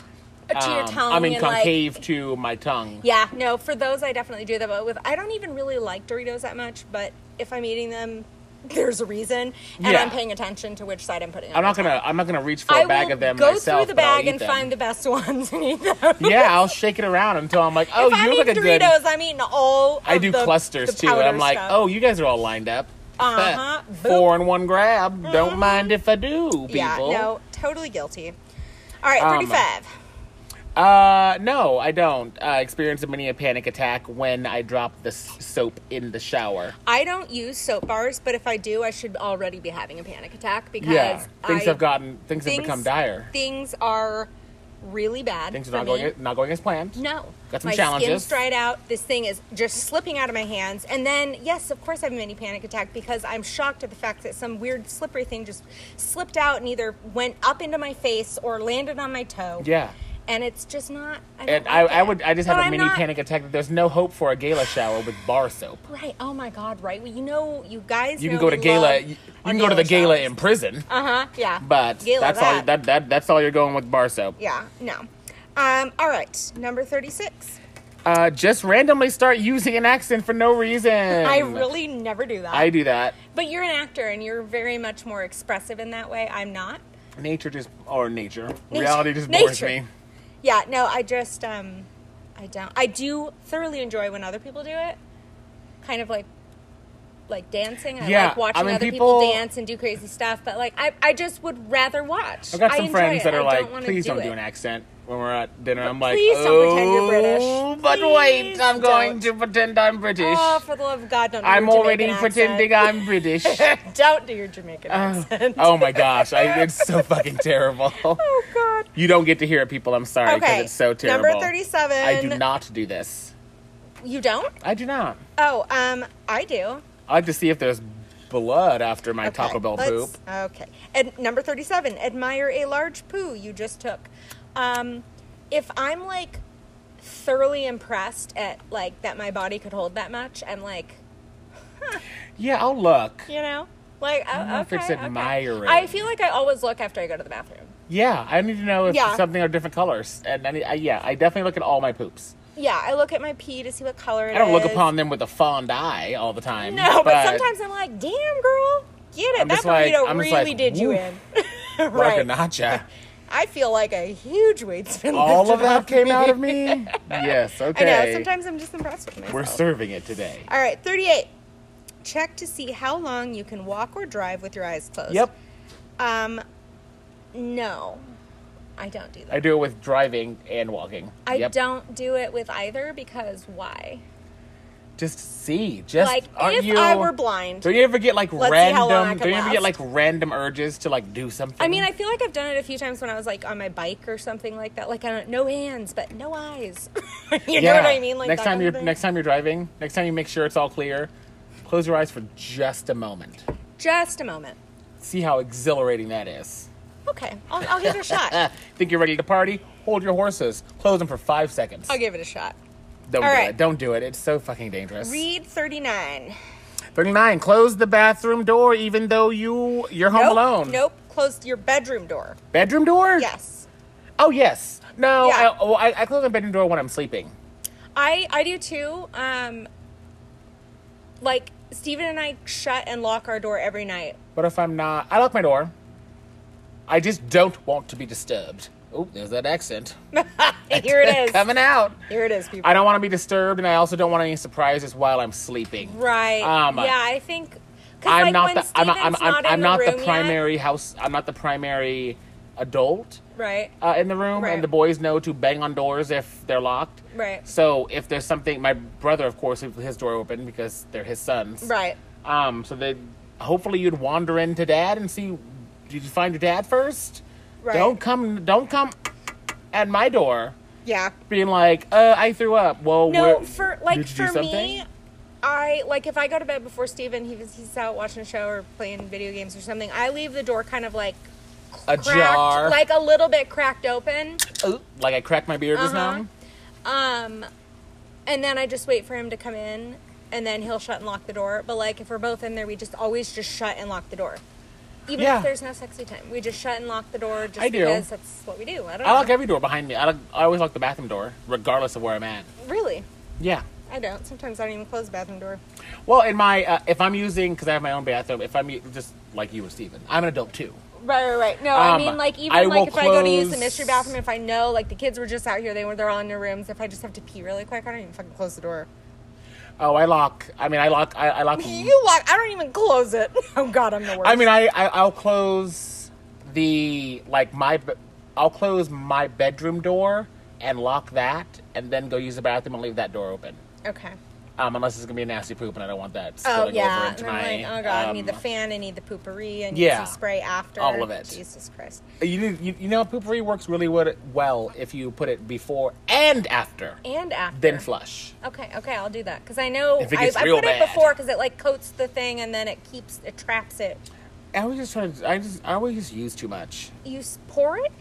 A: To your tongue
B: I mean
A: and, like-
B: um, concave to my tongue.
A: Yeah, no, for those I definitely do that. But with I don't even really like Doritos that much, but if I'm eating them, [laughs] there's a reason, and
B: Yeah.
A: I'm paying attention to which side I'm putting.
B: I'm not
A: on.
B: gonna I'm not gonna reach for
A: I
B: a bag
A: will
B: of them
A: go
B: myself.
A: through the
B: but I'll
A: bag
B: eat
A: and
B: them. [laughs]
A: find the best [laughs] ones and eat them.
B: Yeah, I'll shake it around until I'm like, [laughs] oh,
A: if I'm
B: you look like a
A: eating
B: good.
A: Doritos, I'm eating all.
B: I
A: of
B: do
A: the-
B: clusters
A: the
B: too. and I'm
A: powder
B: like,
A: stuff.
B: oh, you guys are all lined up.
A: Uh-huh. Boop. Mm-hmm.
B: Four in one grab. Don't mind if I do, people.
A: yeah, no, totally guilty. All right,
B: Um,
A: 35.
B: Uh, no, I don't. I experienced many a panic attack when I dropped the s- soap in the shower.
A: I don't use soap bars, but if I do, I should already be having a panic attack because
B: Yeah, things
A: I-
B: have gotten things, have become dire.
A: Things are really bad.
B: Things are
A: for
B: not
A: me.
B: going not going as planned.
A: No.
B: Got some
A: my
B: challenges.
A: skin's dried out. This thing is just slipping out of my hands. And then, yes, of course, I have a mini panic attack because I'm shocked at the fact that some weird slippery thing just slipped out and either went up into my face or landed on my toe.
B: Yeah.
A: And it's just not. I don't
B: And I,
A: like
B: I
A: it.
B: would I just
A: But
B: had a
A: I'm
B: mini
A: not-
B: panic attack that there's no hope for a gala shower with bar soap.
A: Right. Oh my God. Right. Well, you know, you guys.
B: You can
A: know
B: go
A: we
B: to gala.
A: love
B: You, you
A: our
B: can go to the gala
A: showers.
B: in prison.
A: Uh huh. Yeah.
B: But
A: Gala
B: that's all
A: that.
B: that, that that's all you're going with bar soap.
A: Yeah. No. Um. All right. Number thirty-six.
B: Uh, just randomly start using an accent for no reason.
A: I really never do that.
B: I do that.
A: But you're an actor, and you're very much more expressive in that way. I'm not.
B: Nature just or nature.
A: Nature-
B: Reality just bores
A: nature.
B: me.
A: Yeah, no, I just um I don't I do thoroughly enjoy when other people do it. Kind of like like dancing. I
B: Yeah,
A: like watching
B: I mean,
A: other people,
B: people-
A: dance and do crazy stuff, but like I, I just would rather watch.
B: I've got
A: I
B: some
A: enjoy
B: friends
A: it.
B: that
A: I
B: are
A: don't
B: like,
A: wanna
B: please don't
A: it.
B: do an accent when we're at dinner. I'm like,
A: please don't pretend you're British.
B: "Oh, But
A: Please
B: wait, I'm going
A: don't."
B: to pretend I'm British.
A: Oh, for the love of God, don't do
B: I'm
A: your
B: already
A: Jamaican
B: pretending
A: accent.
B: I'm British.
A: [laughs] Don't do your Jamaican accent.
B: oh my gosh, I, it's so fucking terrible.
A: [laughs] Oh god.
B: You don't get to hear it, people. I'm sorry because
A: Okay.
B: it's so terrible.
A: Number thirty seven.
B: I do not do this.
A: You don't?
B: I do not.
A: Oh, um, I do.
B: I like to see if there's blood after my
A: Okay,
B: Taco Bell
A: let's-
B: poop.
A: Okay. And number 37, admire a large poo you just took. Um, if I'm like thoroughly impressed at like that my body could hold that much, I'm like,
B: Yeah, I'll look.
A: you know, like oh,
B: know if
A: okay,
B: it's
A: okay.
B: admiring.
A: I feel like I always look after I go to the bathroom.
B: Yeah, I need to know if
A: Yeah.
B: something are different colors. And I, need- I, yeah, I definitely look at all my poops.
A: Yeah, I look at my pee to see what color it is.
B: I don't look upon them with a fond eye all the
A: [laughs]
B: time.
A: No, but, sometimes I'm like, damn girl, get it.
B: I'm
A: that
B: just like-
A: burrito
B: I'm just
A: really
B: like,
A: did you
B: woof.
A: in. [laughs]
B: Right.
A: right. [laughs] I feel like a huge weight's been
B: All
A: lifted
B: of that
A: off
B: came
A: me.
B: out
A: [laughs]
B: of me? yes,
A: I
B: okay.
A: know. Sometimes I'm just impressed with myself.
B: We're serving it today.
A: All right, 38. Check to see how long you can walk or drive with your eyes closed.
B: Yep.
A: Um, no, I don't do
B: I
A: that.
B: do it with driving and walking.
A: I,
B: Yep.
A: don't do it with either because why?
B: Just see. Just
A: like,
B: aren't
A: if
B: you,
A: I were blind.
B: Don't you ever get like
A: Let's see how long I can
B: random? Don't you ever get like
A: last.
B: random urges to like do something?
A: I mean, I feel like I've done it a few times when I was like on my bike or something like that. Like, I don't, no hands, but no eyes. [laughs] you know what I mean? Like
B: next
A: that
B: time
A: kind
B: you're
A: of thing.
B: next time you're driving, next time you make sure it's all clear, close your eyes for just a moment.
A: Just a moment.
B: See how exhilarating that is.
A: Okay, I'll, I'll give it a shot.
B: [laughs] Ah, think you're ready to party? Hold your horses. Close them for five seconds.
A: I'll give it a shot.
B: Don't
A: all
B: do
A: right.
B: it. Don't do it. It's so fucking dangerous.
A: Read 39.
B: 39. Close the bathroom door even though you you're home
A: nope,
B: alone.
A: Nope. Close your bedroom door.
B: Bedroom door?
A: Yes.
B: Oh yes. No,
A: Yeah.
B: I, oh, I, I close my bedroom door when I'm sleeping.
A: I I do too. Um like Steven and I shut and lock our door every night.
B: But if I'm not, I lock my door. I just don't want to be disturbed. Oh, there's that accent
A: Here it is.
B: coming out.
A: Here it is, people.
B: I don't want to be disturbed, and I also don't want any surprises while I'm sleeping.
A: right.
B: Um,
A: yeah, I think 'cause,
B: I'm
A: like,
B: not
A: when
B: the I'm, I'm,
A: Steven's
B: I'm,
A: not, in
B: I'm not the
A: room yet-
B: primary house. I'm not the primary adult
A: right.
B: uh, in the room,
A: Right.
B: and the boys know to bang on doors if they're locked.
A: Right.
B: So if there's something, my brother, of course, his door open because they're his sons.
A: right.
B: Um, so they hopefully you'd wander into dad and see did you find your dad first?
A: Right.
B: Don't come don't come at my door
A: Yeah.
B: being like, uh, I threw up. Well
A: No,
B: where-
A: for like
B: did you do
A: for me,
B: something?
A: I like if I go to bed before Steven, he was he's out watching a show or playing video games or something. I leave the door kind of like cracked,
B: ajar.
A: like a little bit cracked open.
B: Oop, Oh, like I cracked my beer just
A: Uh-huh.
B: now.
A: Um, and then I just wait for him to come in, and then he'll shut and lock the door. But like if we're both in there, we just always just shut and lock the door, even
B: Yeah.
A: if there's no sexy time. We just shut and lock the door just
B: I do.
A: because that's what we do. I don't.
B: I lock
A: know.
B: every door behind me. I, lock, I always lock the bathroom door, regardless of where I'm at.
A: really.
B: Yeah.
A: I don't. Sometimes I don't even close the bathroom door.
B: Well, in my uh, if I'm using because I have my own bathroom. If I'm u- just like you or Steven, I'm an adult too.
A: Right, right, right. No,
B: Um,
A: I mean like even
B: I will
A: like if I go to use the
B: close-
A: mystery bathroom, if I know like the kids were just out here, they were they're all in their rooms. If I just have to pee really quick, I don't even fucking close the door.
B: Oh, I lock. I mean, I lock. I,
A: [laughs]
B: I lock.
A: You lock. I don't even close it. [laughs] Oh God, I'm the worst.
B: I mean, I, I I'll close the like my be- I'll close my bedroom door and lock that, and then go use the bathroom and leave that door open.
A: okay.
B: Um, unless it's gonna be a nasty poop, and I don't want that
A: Oh
B: spilling over
A: yeah,
B: into
A: and I'm
B: my.
A: like, oh god, I need the
B: um,
A: fan, I need the poopery, I need
B: Yeah.
A: some spray after.
B: All of it.
A: Jesus Christ.
B: You, need- you you know poopery works really wed- well if you put it before and after,
A: And after.
B: then flush.
A: Okay, okay, I'll do that because I know
B: If it
A: I,
B: gets
A: I
B: real
A: put
B: bad.
A: it before because it like coats the thing and then it keeps it traps it.
B: I always just try to. I just I always just use too much.
A: You s- pour it.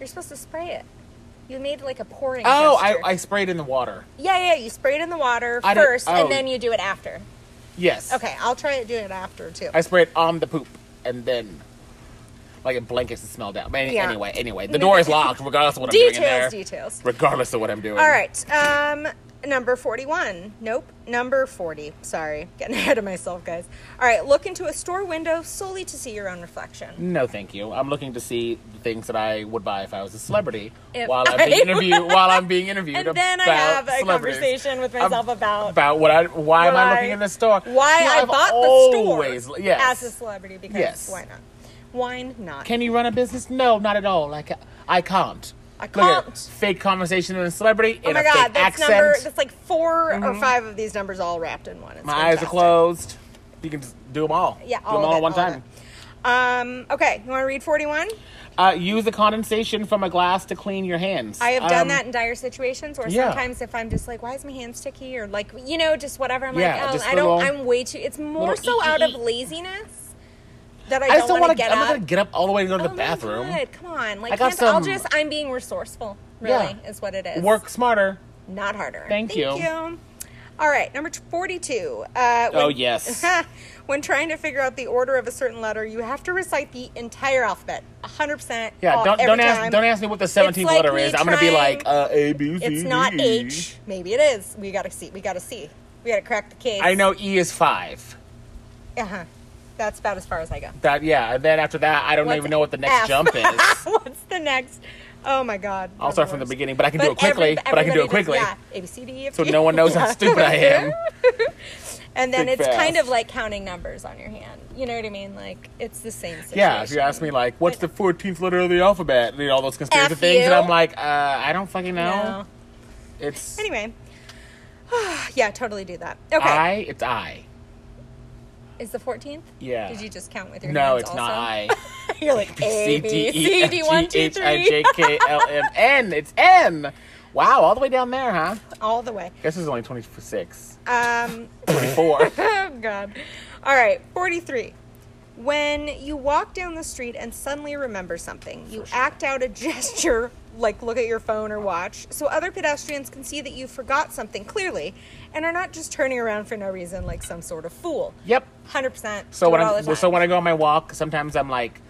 A: You're supposed to spray it. You made like a pouring.
B: Oh, I,
A: gesture.
B: I sprayed in the water.
A: Yeah, yeah. You spray it in the water
B: I don't-
A: first,
B: oh.
A: and then you do it after.
B: Yes.
A: Okay, I'll try it doing it after too.
B: I spray it on the poop, and then like it blankets the smell down. Any-
A: Yeah.
B: Anyway, anyway, the door is locked, regardless of what I'm doing in there.
A: details, details.
B: Regardless of what I'm doing.
A: All right. Um, number forty-one. Nope. Number forty. Sorry, getting [laughs] ahead of myself, guys. All right. Look into a store window solely to see your own reflection.
B: No, thank you. I'm looking to see the things that I would buy if I was a celebrity
A: If
B: while I'm
A: I-
B: being
A: [laughs]
B: interviewed. While I'm being interviewed,
A: And then I
B: about
A: have a
B: celebrities.
A: conversation with myself about
B: about what I why am I
A: why-
B: looking in the store?
A: why
B: You know,
A: I
B: I've
A: bought
B: always,
A: the store
B: Yes.
A: as a celebrity because
B: Yes.
A: why not? Why not?
B: Can you run a business? No, not at all. Like I can't.
A: I
B: Look at
A: can't.
B: fake conversation with a celebrity
A: oh
B: in
A: my
B: a
A: god,
B: fake
A: that's
B: accent. Mm-hmm.
A: number. That's like 4 or five of these numbers all wrapped in one. It's
B: My eyes are
A: fantastic.
B: closed. You can just do them all.
A: Yeah,
B: do
A: all
B: them
A: of
B: all
A: it,
B: at one
A: all of
B: time.
A: it. Um, okay, you want to read 41?
B: Uh, use the condensation from a glass to clean your hands.
A: I have done
B: Um,
A: that in dire situations where
B: yeah.
A: sometimes if I'm just like, why is my hand sticky? Or like, you know, just whatever. I'm
B: Yeah,
A: like,
B: just
A: oh, I don't,
B: little-
A: I'm way too, it's more
B: little
A: so
B: eek,
A: out
B: eek,
A: of
B: eek.
A: laziness that I,
B: I
A: don't
B: still
A: want to
B: want
A: get
B: I'm
A: up.
B: not gonna get up all the way to go to
A: Oh
B: the
A: my
B: bathroom.
A: God, come on. Like,
B: I got
A: can't- I'll
B: some-
A: just, I'm being resourceful,
B: Yeah.
A: really, is what it is.
B: Work smarter.
A: Not harder.
B: Thank you.
A: All right, number t- 42. Uh,
B: Oh, yes.
A: [laughs] when trying to figure out the order of a certain letter, you have to recite the entire alphabet 100%.
B: Yeah,
A: all-
B: don't
A: Oh, every
B: don't ask
A: time.
B: don't ask me what the seventeenth
A: like
B: letter
A: me
B: is. I'm gonna be
A: trying-
B: like uh, A B C.
A: It's not
B: D, E.
A: H. Maybe it is. We gotta see. We gotta see. We gotta crack the case.
B: I know E is five.
A: Uh huh. That's about as far as I go. [laughs]
B: That yeah. And then after that, I don't
A: What's
B: even know what the next
A: F?
B: jump is.
A: [laughs] What's the next? Oh my God.
B: I'll
A: We're
B: start from the
A: worst.
B: beginning, but I can do it quickly.
A: every-
B: but I can do it
A: everybody
B: quickly,
A: does- yeah, A B C D E F
B: so
A: G.
B: no one knows
A: [laughs]
B: how
A: Yeah.
B: stupid I am.
A: And then
B: Big
A: it's kind
B: fast.
A: of like counting numbers on your hand. You know what I mean? Like it's the same situation.
B: Yeah, if you ask me like, what's the fourteenth letter of the alphabet? You know, all those conspiracy
A: F
B: things, and
A: you.
B: I'm like, uh, I don't fucking know.
A: No.
B: It's
A: Anyway. [sighs] yeah, totally do that. Okay.
B: I. It's I.
A: Is the 14th?
B: Yeah.
A: Did you just count with your
B: No,
A: hands
B: it's
A: also?
B: not I.
A: [laughs] You're like A,
B: C D
A: B,
B: E
A: C,
B: F
A: D,
B: G
A: one, two,
B: H I
A: three.
B: J K L
A: [laughs]
B: M N. It's N. Wow, all the way down there, huh?
A: All the way.
B: Guess it's only 26.
A: Um, [laughs]
B: 24.
A: oh, God. All right, 43. When you walk down the street and suddenly remember something, you act out a [laughs] gesture like look at your phone or watch so other pedestrians can see that you forgot something clearly and are not just turning around for no reason like some sort of fool.
B: yep.
A: 100%.
B: So
A: do
B: when
A: it all the
B: I
A: time.
B: so when I go on my walk, sometimes I'm like,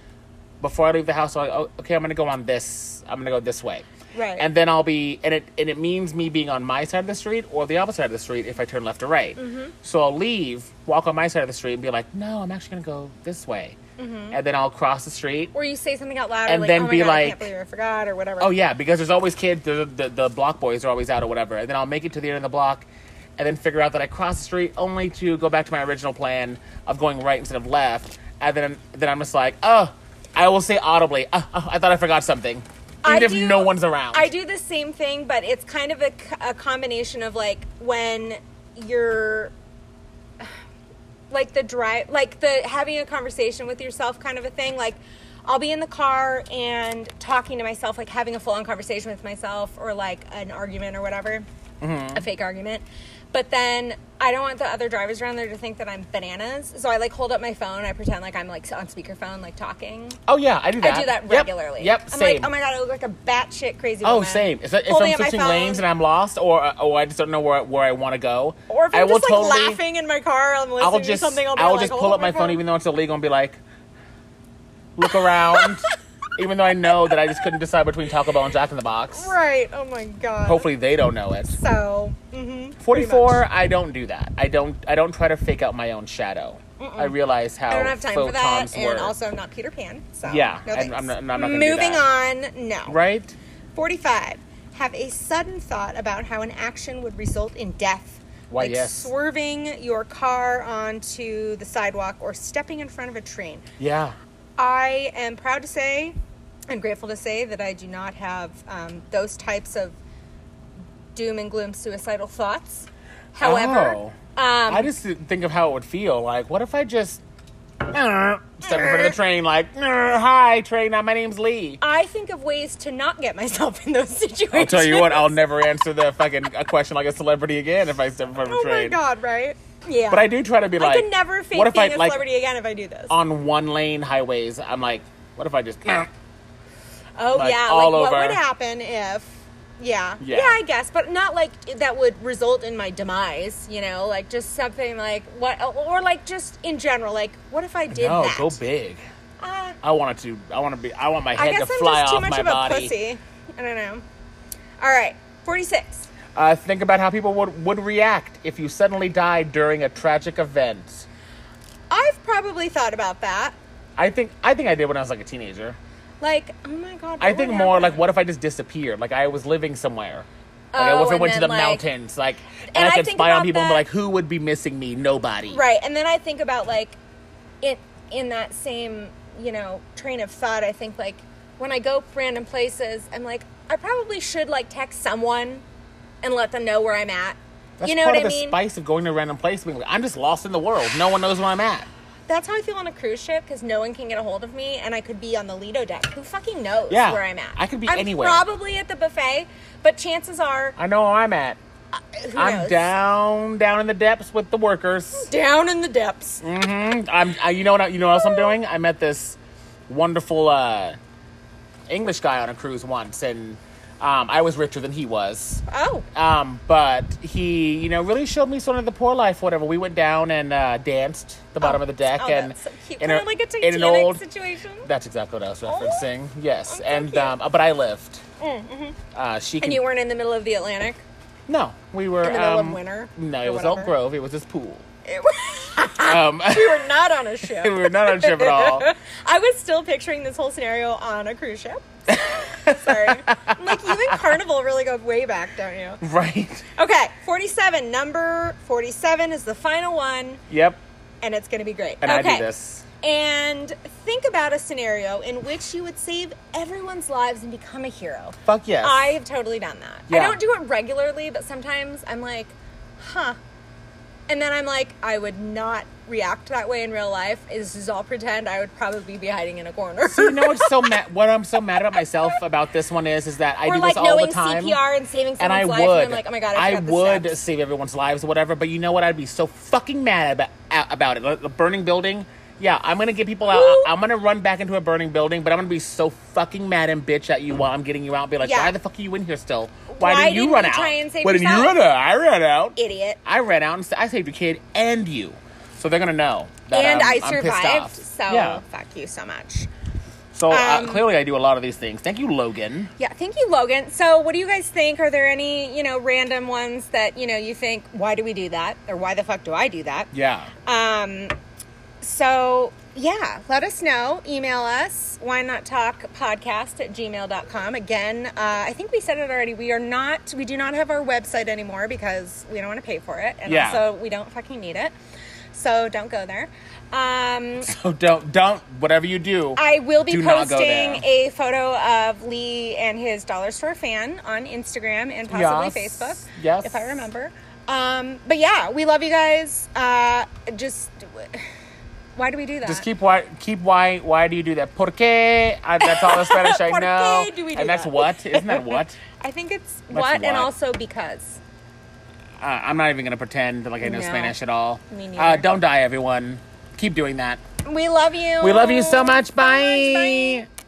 B: before I leave the house, I'm like, oh, okay, I'm gonna go on this. I'm gonna go this way.
A: Right.
B: And then I'll be and it and it means me being on my side of the street or the opposite side of the street if I turn left or right.
A: Mm-hmm.
B: So I'll leave, walk on my side of the street, and be like, no, I'm actually gonna go this way.
A: Mm-hmm.
B: And then I'll cross the street.
A: or you say something out loud
B: And
A: or like,
B: then
A: oh my
B: be
A: God, I
B: like,
A: can't believe I forgot or whatever.
B: Oh yeah, because there's always kids. The, the the block boys are always out or whatever, and then I'll make it to the end of the block, and then figure out that I crossed the street only to go back to my original plan of going right instead of left, and then then I'm just like, oh, I will say audibly, oh, oh, I thought I forgot something, even
A: I
B: if
A: do-
B: no one's around.
A: I do the same thing, but it's kind of a, c- a combination of like when you're [sighs] like the drive, like the having a conversation with yourself kind of a thing. Like I'll be in the car and talking to myself, like having a full on conversation with myself or like an argument or whatever, a fake argument. But then I don't want the other drivers around there to think that I'm bananas. So I like hold up my phone. I pretend like I'm like on speakerphone, like talking.
B: Oh yeah, I do that.
A: I do that
B: Yep,
A: regularly.
B: Yep.
A: I'm
B: same.
A: like, oh my god, I look like a batshit crazy.
B: Oh,
A: woman.
B: same. If, if
A: Holding
B: I'm
A: up my
B: switching
A: phone.
B: lanes and I'm lost, or or I just don't know where where I want to go,
A: or if
B: I
A: I'm
B: will
A: just like
B: totally,
A: laughing in my car, I'm listening
B: I'll
A: to
B: just
A: something. I'll, be
B: I'll
A: like, "Oh
B: just
A: hold
B: pull
A: up
B: up my phone, even though it's illegal and be like,
A: [laughs]
B: look around, even though I know that I just couldn't decide between Taco Bell and Jack in the Box.
A: Right. Oh my god.
B: Hopefully they don't know it.
A: So. Mm-hmm.
B: Forty four. I don't do that. I don't. I don't try to fake out my own shadow. I realize how
A: I don't have time
B: photons
A: for that,
B: Oh, work.
A: and also I'm not Peter Pan. So
B: Yeah,
A: no
B: and
A: thanks.
B: I'm not- I'm not gonna do
A: Moving on. No.
B: right.
A: Forty-five. Have a sudden thought about how an action would result in death.
B: Why,
A: like
B: yes.
A: swerving your car onto the sidewalk or stepping in front of a train.
B: Yeah.
A: I am proud to say and grateful to say that I do not have um, those types of doom and gloom suicidal thoughts. However,
B: Oh.
A: um,
B: I just think of how it would feel. Like, what if I just uh, step in front of the train? Like, uh, hi, train. uh, My name's Lee.
A: I think of ways to not get myself in those [laughs] situations.
B: I'll tell you what, I'll never answer the fucking a question like a celebrity again if I step in front of a
A: oh
B: train.
A: my god, right? Yeah.
B: But I do try to be
A: I
B: like,
A: could never fake
B: what if
A: being
B: I
A: a
B: like
A: celebrity again if I do this.
B: on one lane highways? I'm like, what if I just?
A: oh
B: like,
A: yeah,
B: all
A: like
B: over.
A: what would happen if? Yeah.
B: Yeah.
A: I guess, but not like that would result in my demise. You know, like just something like what, or like just in general, like what if I did
B: no,
A: that?
B: go big.
A: Uh,
B: I wanted to. I want to be. I want my
A: I
B: head to
A: guess I'm
B: fly
A: just too
B: off
A: much
B: my
A: of a
B: body.
A: pussy. I don't know. All right, 46.
B: Uh, think about how people would would react if you suddenly died during a tragic event.
A: I've probably thought about that.
B: I think. I think I did when I was like a teenager.
A: Like, oh my god.
B: I
A: what
B: think
A: would
B: more
A: happen?
B: like, what if I just disappeared? Like I was living somewhere. Like
A: Oh,
B: what if I
A: and
B: went to the
A: then, like-
B: mountains? Like, and,
A: And
B: I
A: I
B: could
A: think
B: spy on
A: about
B: people and be
A: that-
B: like, who would be missing me? Nobody.
A: Right, and then I think about like, it in that same you know train of thought. I think like when I go random places, I'm like, I probably should like text someone and let them know where I'm at.
B: That's
A: you know
B: part
A: what
B: of
A: I
B: the
A: mean?
B: spice of going to a random place. being like, I'm just lost in the world. No one knows where I'm at.
A: That's how I feel on a cruise ship because no one can get a hold of me, and I could be on the Lido deck. Who fucking knows
B: Yeah.
A: where I'm at?
B: I could be
A: I'm
B: anywhere.
A: Probably at the buffet, but chances are,
B: I know where I'm at.
A: who
B: I'm
A: knows?
B: down, down in the depths with the workers. [laughs]
A: Down in the depths.
B: hmm I'm, I, you know what? I, you know what else I'm doing? I met this wonderful uh, English guy on a cruise once, and um, I was richer than he was.
A: Oh,
B: Um, but he, you know, really showed me sort of the poor life, whatever. We went down and uh, danced the bottom of the deck,
A: oh,
B: and
A: that's so cute.
B: in
A: Kind
B: a-
A: of like a
B: in
A: Titanic
B: an old.
A: situation.
B: That's exactly what I was
A: Oh,
B: referencing. yes,
A: so
B: and
A: cute. Mm, mm-hmm.
B: um, but I lived. Uh, she can.
A: and you weren't in the middle of the
B: [laughs]
A: Atlantic.
B: no, we were
A: in the middle of
B: um,
A: winter
B: No,
A: or
B: it was Elk
A: whatever.
B: Grove. It was this pool.
A: It-
B: Um,
A: we were not on a ship.
B: we were not on ship at all.
A: I was still picturing this whole scenario on a cruise ship.
B: [laughs]
A: Sorry. I'm like, you and Carnival really go way back, don't [laughs] you?
B: Right.
A: Okay, 47. Number 47 is the final one,
B: Yep.
A: and it's going to be great.
B: And
A: okay.
B: I do this.
A: And think about a scenario in which you would save everyone's lives and become a hero.
B: Fuck yes.
A: I have totally done that. I
B: Yeah.
A: don't do it regularly, but sometimes I'm like, huh. And then I'm like, I would not react that way in real life. This is all pretend. I would probably be hiding in a corner.
B: So you know what's so mad? What I'm so mad about myself about this one is, is that
A: [laughs]
B: I
A: or
B: do
A: like
B: this all
A: knowing
B: the time.
A: CPR and saving someone's
B: and I
A: life. And
B: would.
A: I'm like, oh my god, I, forgot the
B: would
A: steps.
B: save everyone's lives or whatever. But you know what? I'd be so fucking mad about a- about it. Like, The burning building. Yeah, I'm gonna get people out.
A: Ooh.
B: I- I'm gonna run back into a burning building, but I'm gonna be so fucking mad and bitch at you while I'm getting you out. And be like,
A: Yeah.
B: why the fuck are you in here still? Why,
A: Why
B: didn't you
A: didn't
B: run
A: you
B: out?
A: try and save
B: why didn't you
A: yourself?
B: run out? I ran out.
A: Idiot.
B: I ran out and sa- I saved your kid and you. So they're gonna know. That um,
A: and
B: I'm,
A: i
B: I'm pissed
A: survived.
B: off.
A: So
B: yeah.
A: fuck you so much.
B: So
A: Um,
B: uh, clearly, I do a lot of these things. Thank you, Logan.
A: Yeah, thank you, Logan. So, what do you guys think? Are there any, you know, random ones that, you know, you think, why do we do that? Or why the fuck do I do that?
B: Yeah.
A: Um, so yeah, let us know. Email us, why not talk podcast at gmail.com. Again, uh, I think we said it already. We are not, we do not have our website anymore because we don't want to pay for it. And
B: Yeah.
A: also, we don't fucking need it. So don't go there. Um,
B: [laughs] So don't don't whatever you do.
A: I will be
B: Do not go
A: posting
B: there.
A: a photo of Lee and his dollar store fan on Instagram and possibly
B: Yes.
A: Facebook.
B: Yes.
A: If I remember. Um, but yeah, we love you guys. Uh, just why do we do that?
B: Just keep why keep why why do you do that? Por qué? I,
A: [laughs]
B: that's all the Spanish I
A: Por
B: know.
A: qué do we do
B: and that's
A: that?
B: what? Isn't
A: [laughs]
B: that what?
A: I think it's
B: That's
A: what and
B: why.
A: also because.
B: Uh, I'm not even gonna pretend like I know
A: No.
B: Spanish at all.
A: Me
B: Uh,
A: neither.
B: don't die, everyone. Keep doing that.
A: We love you.
B: We love you so much.
A: Bye.
B: Bye.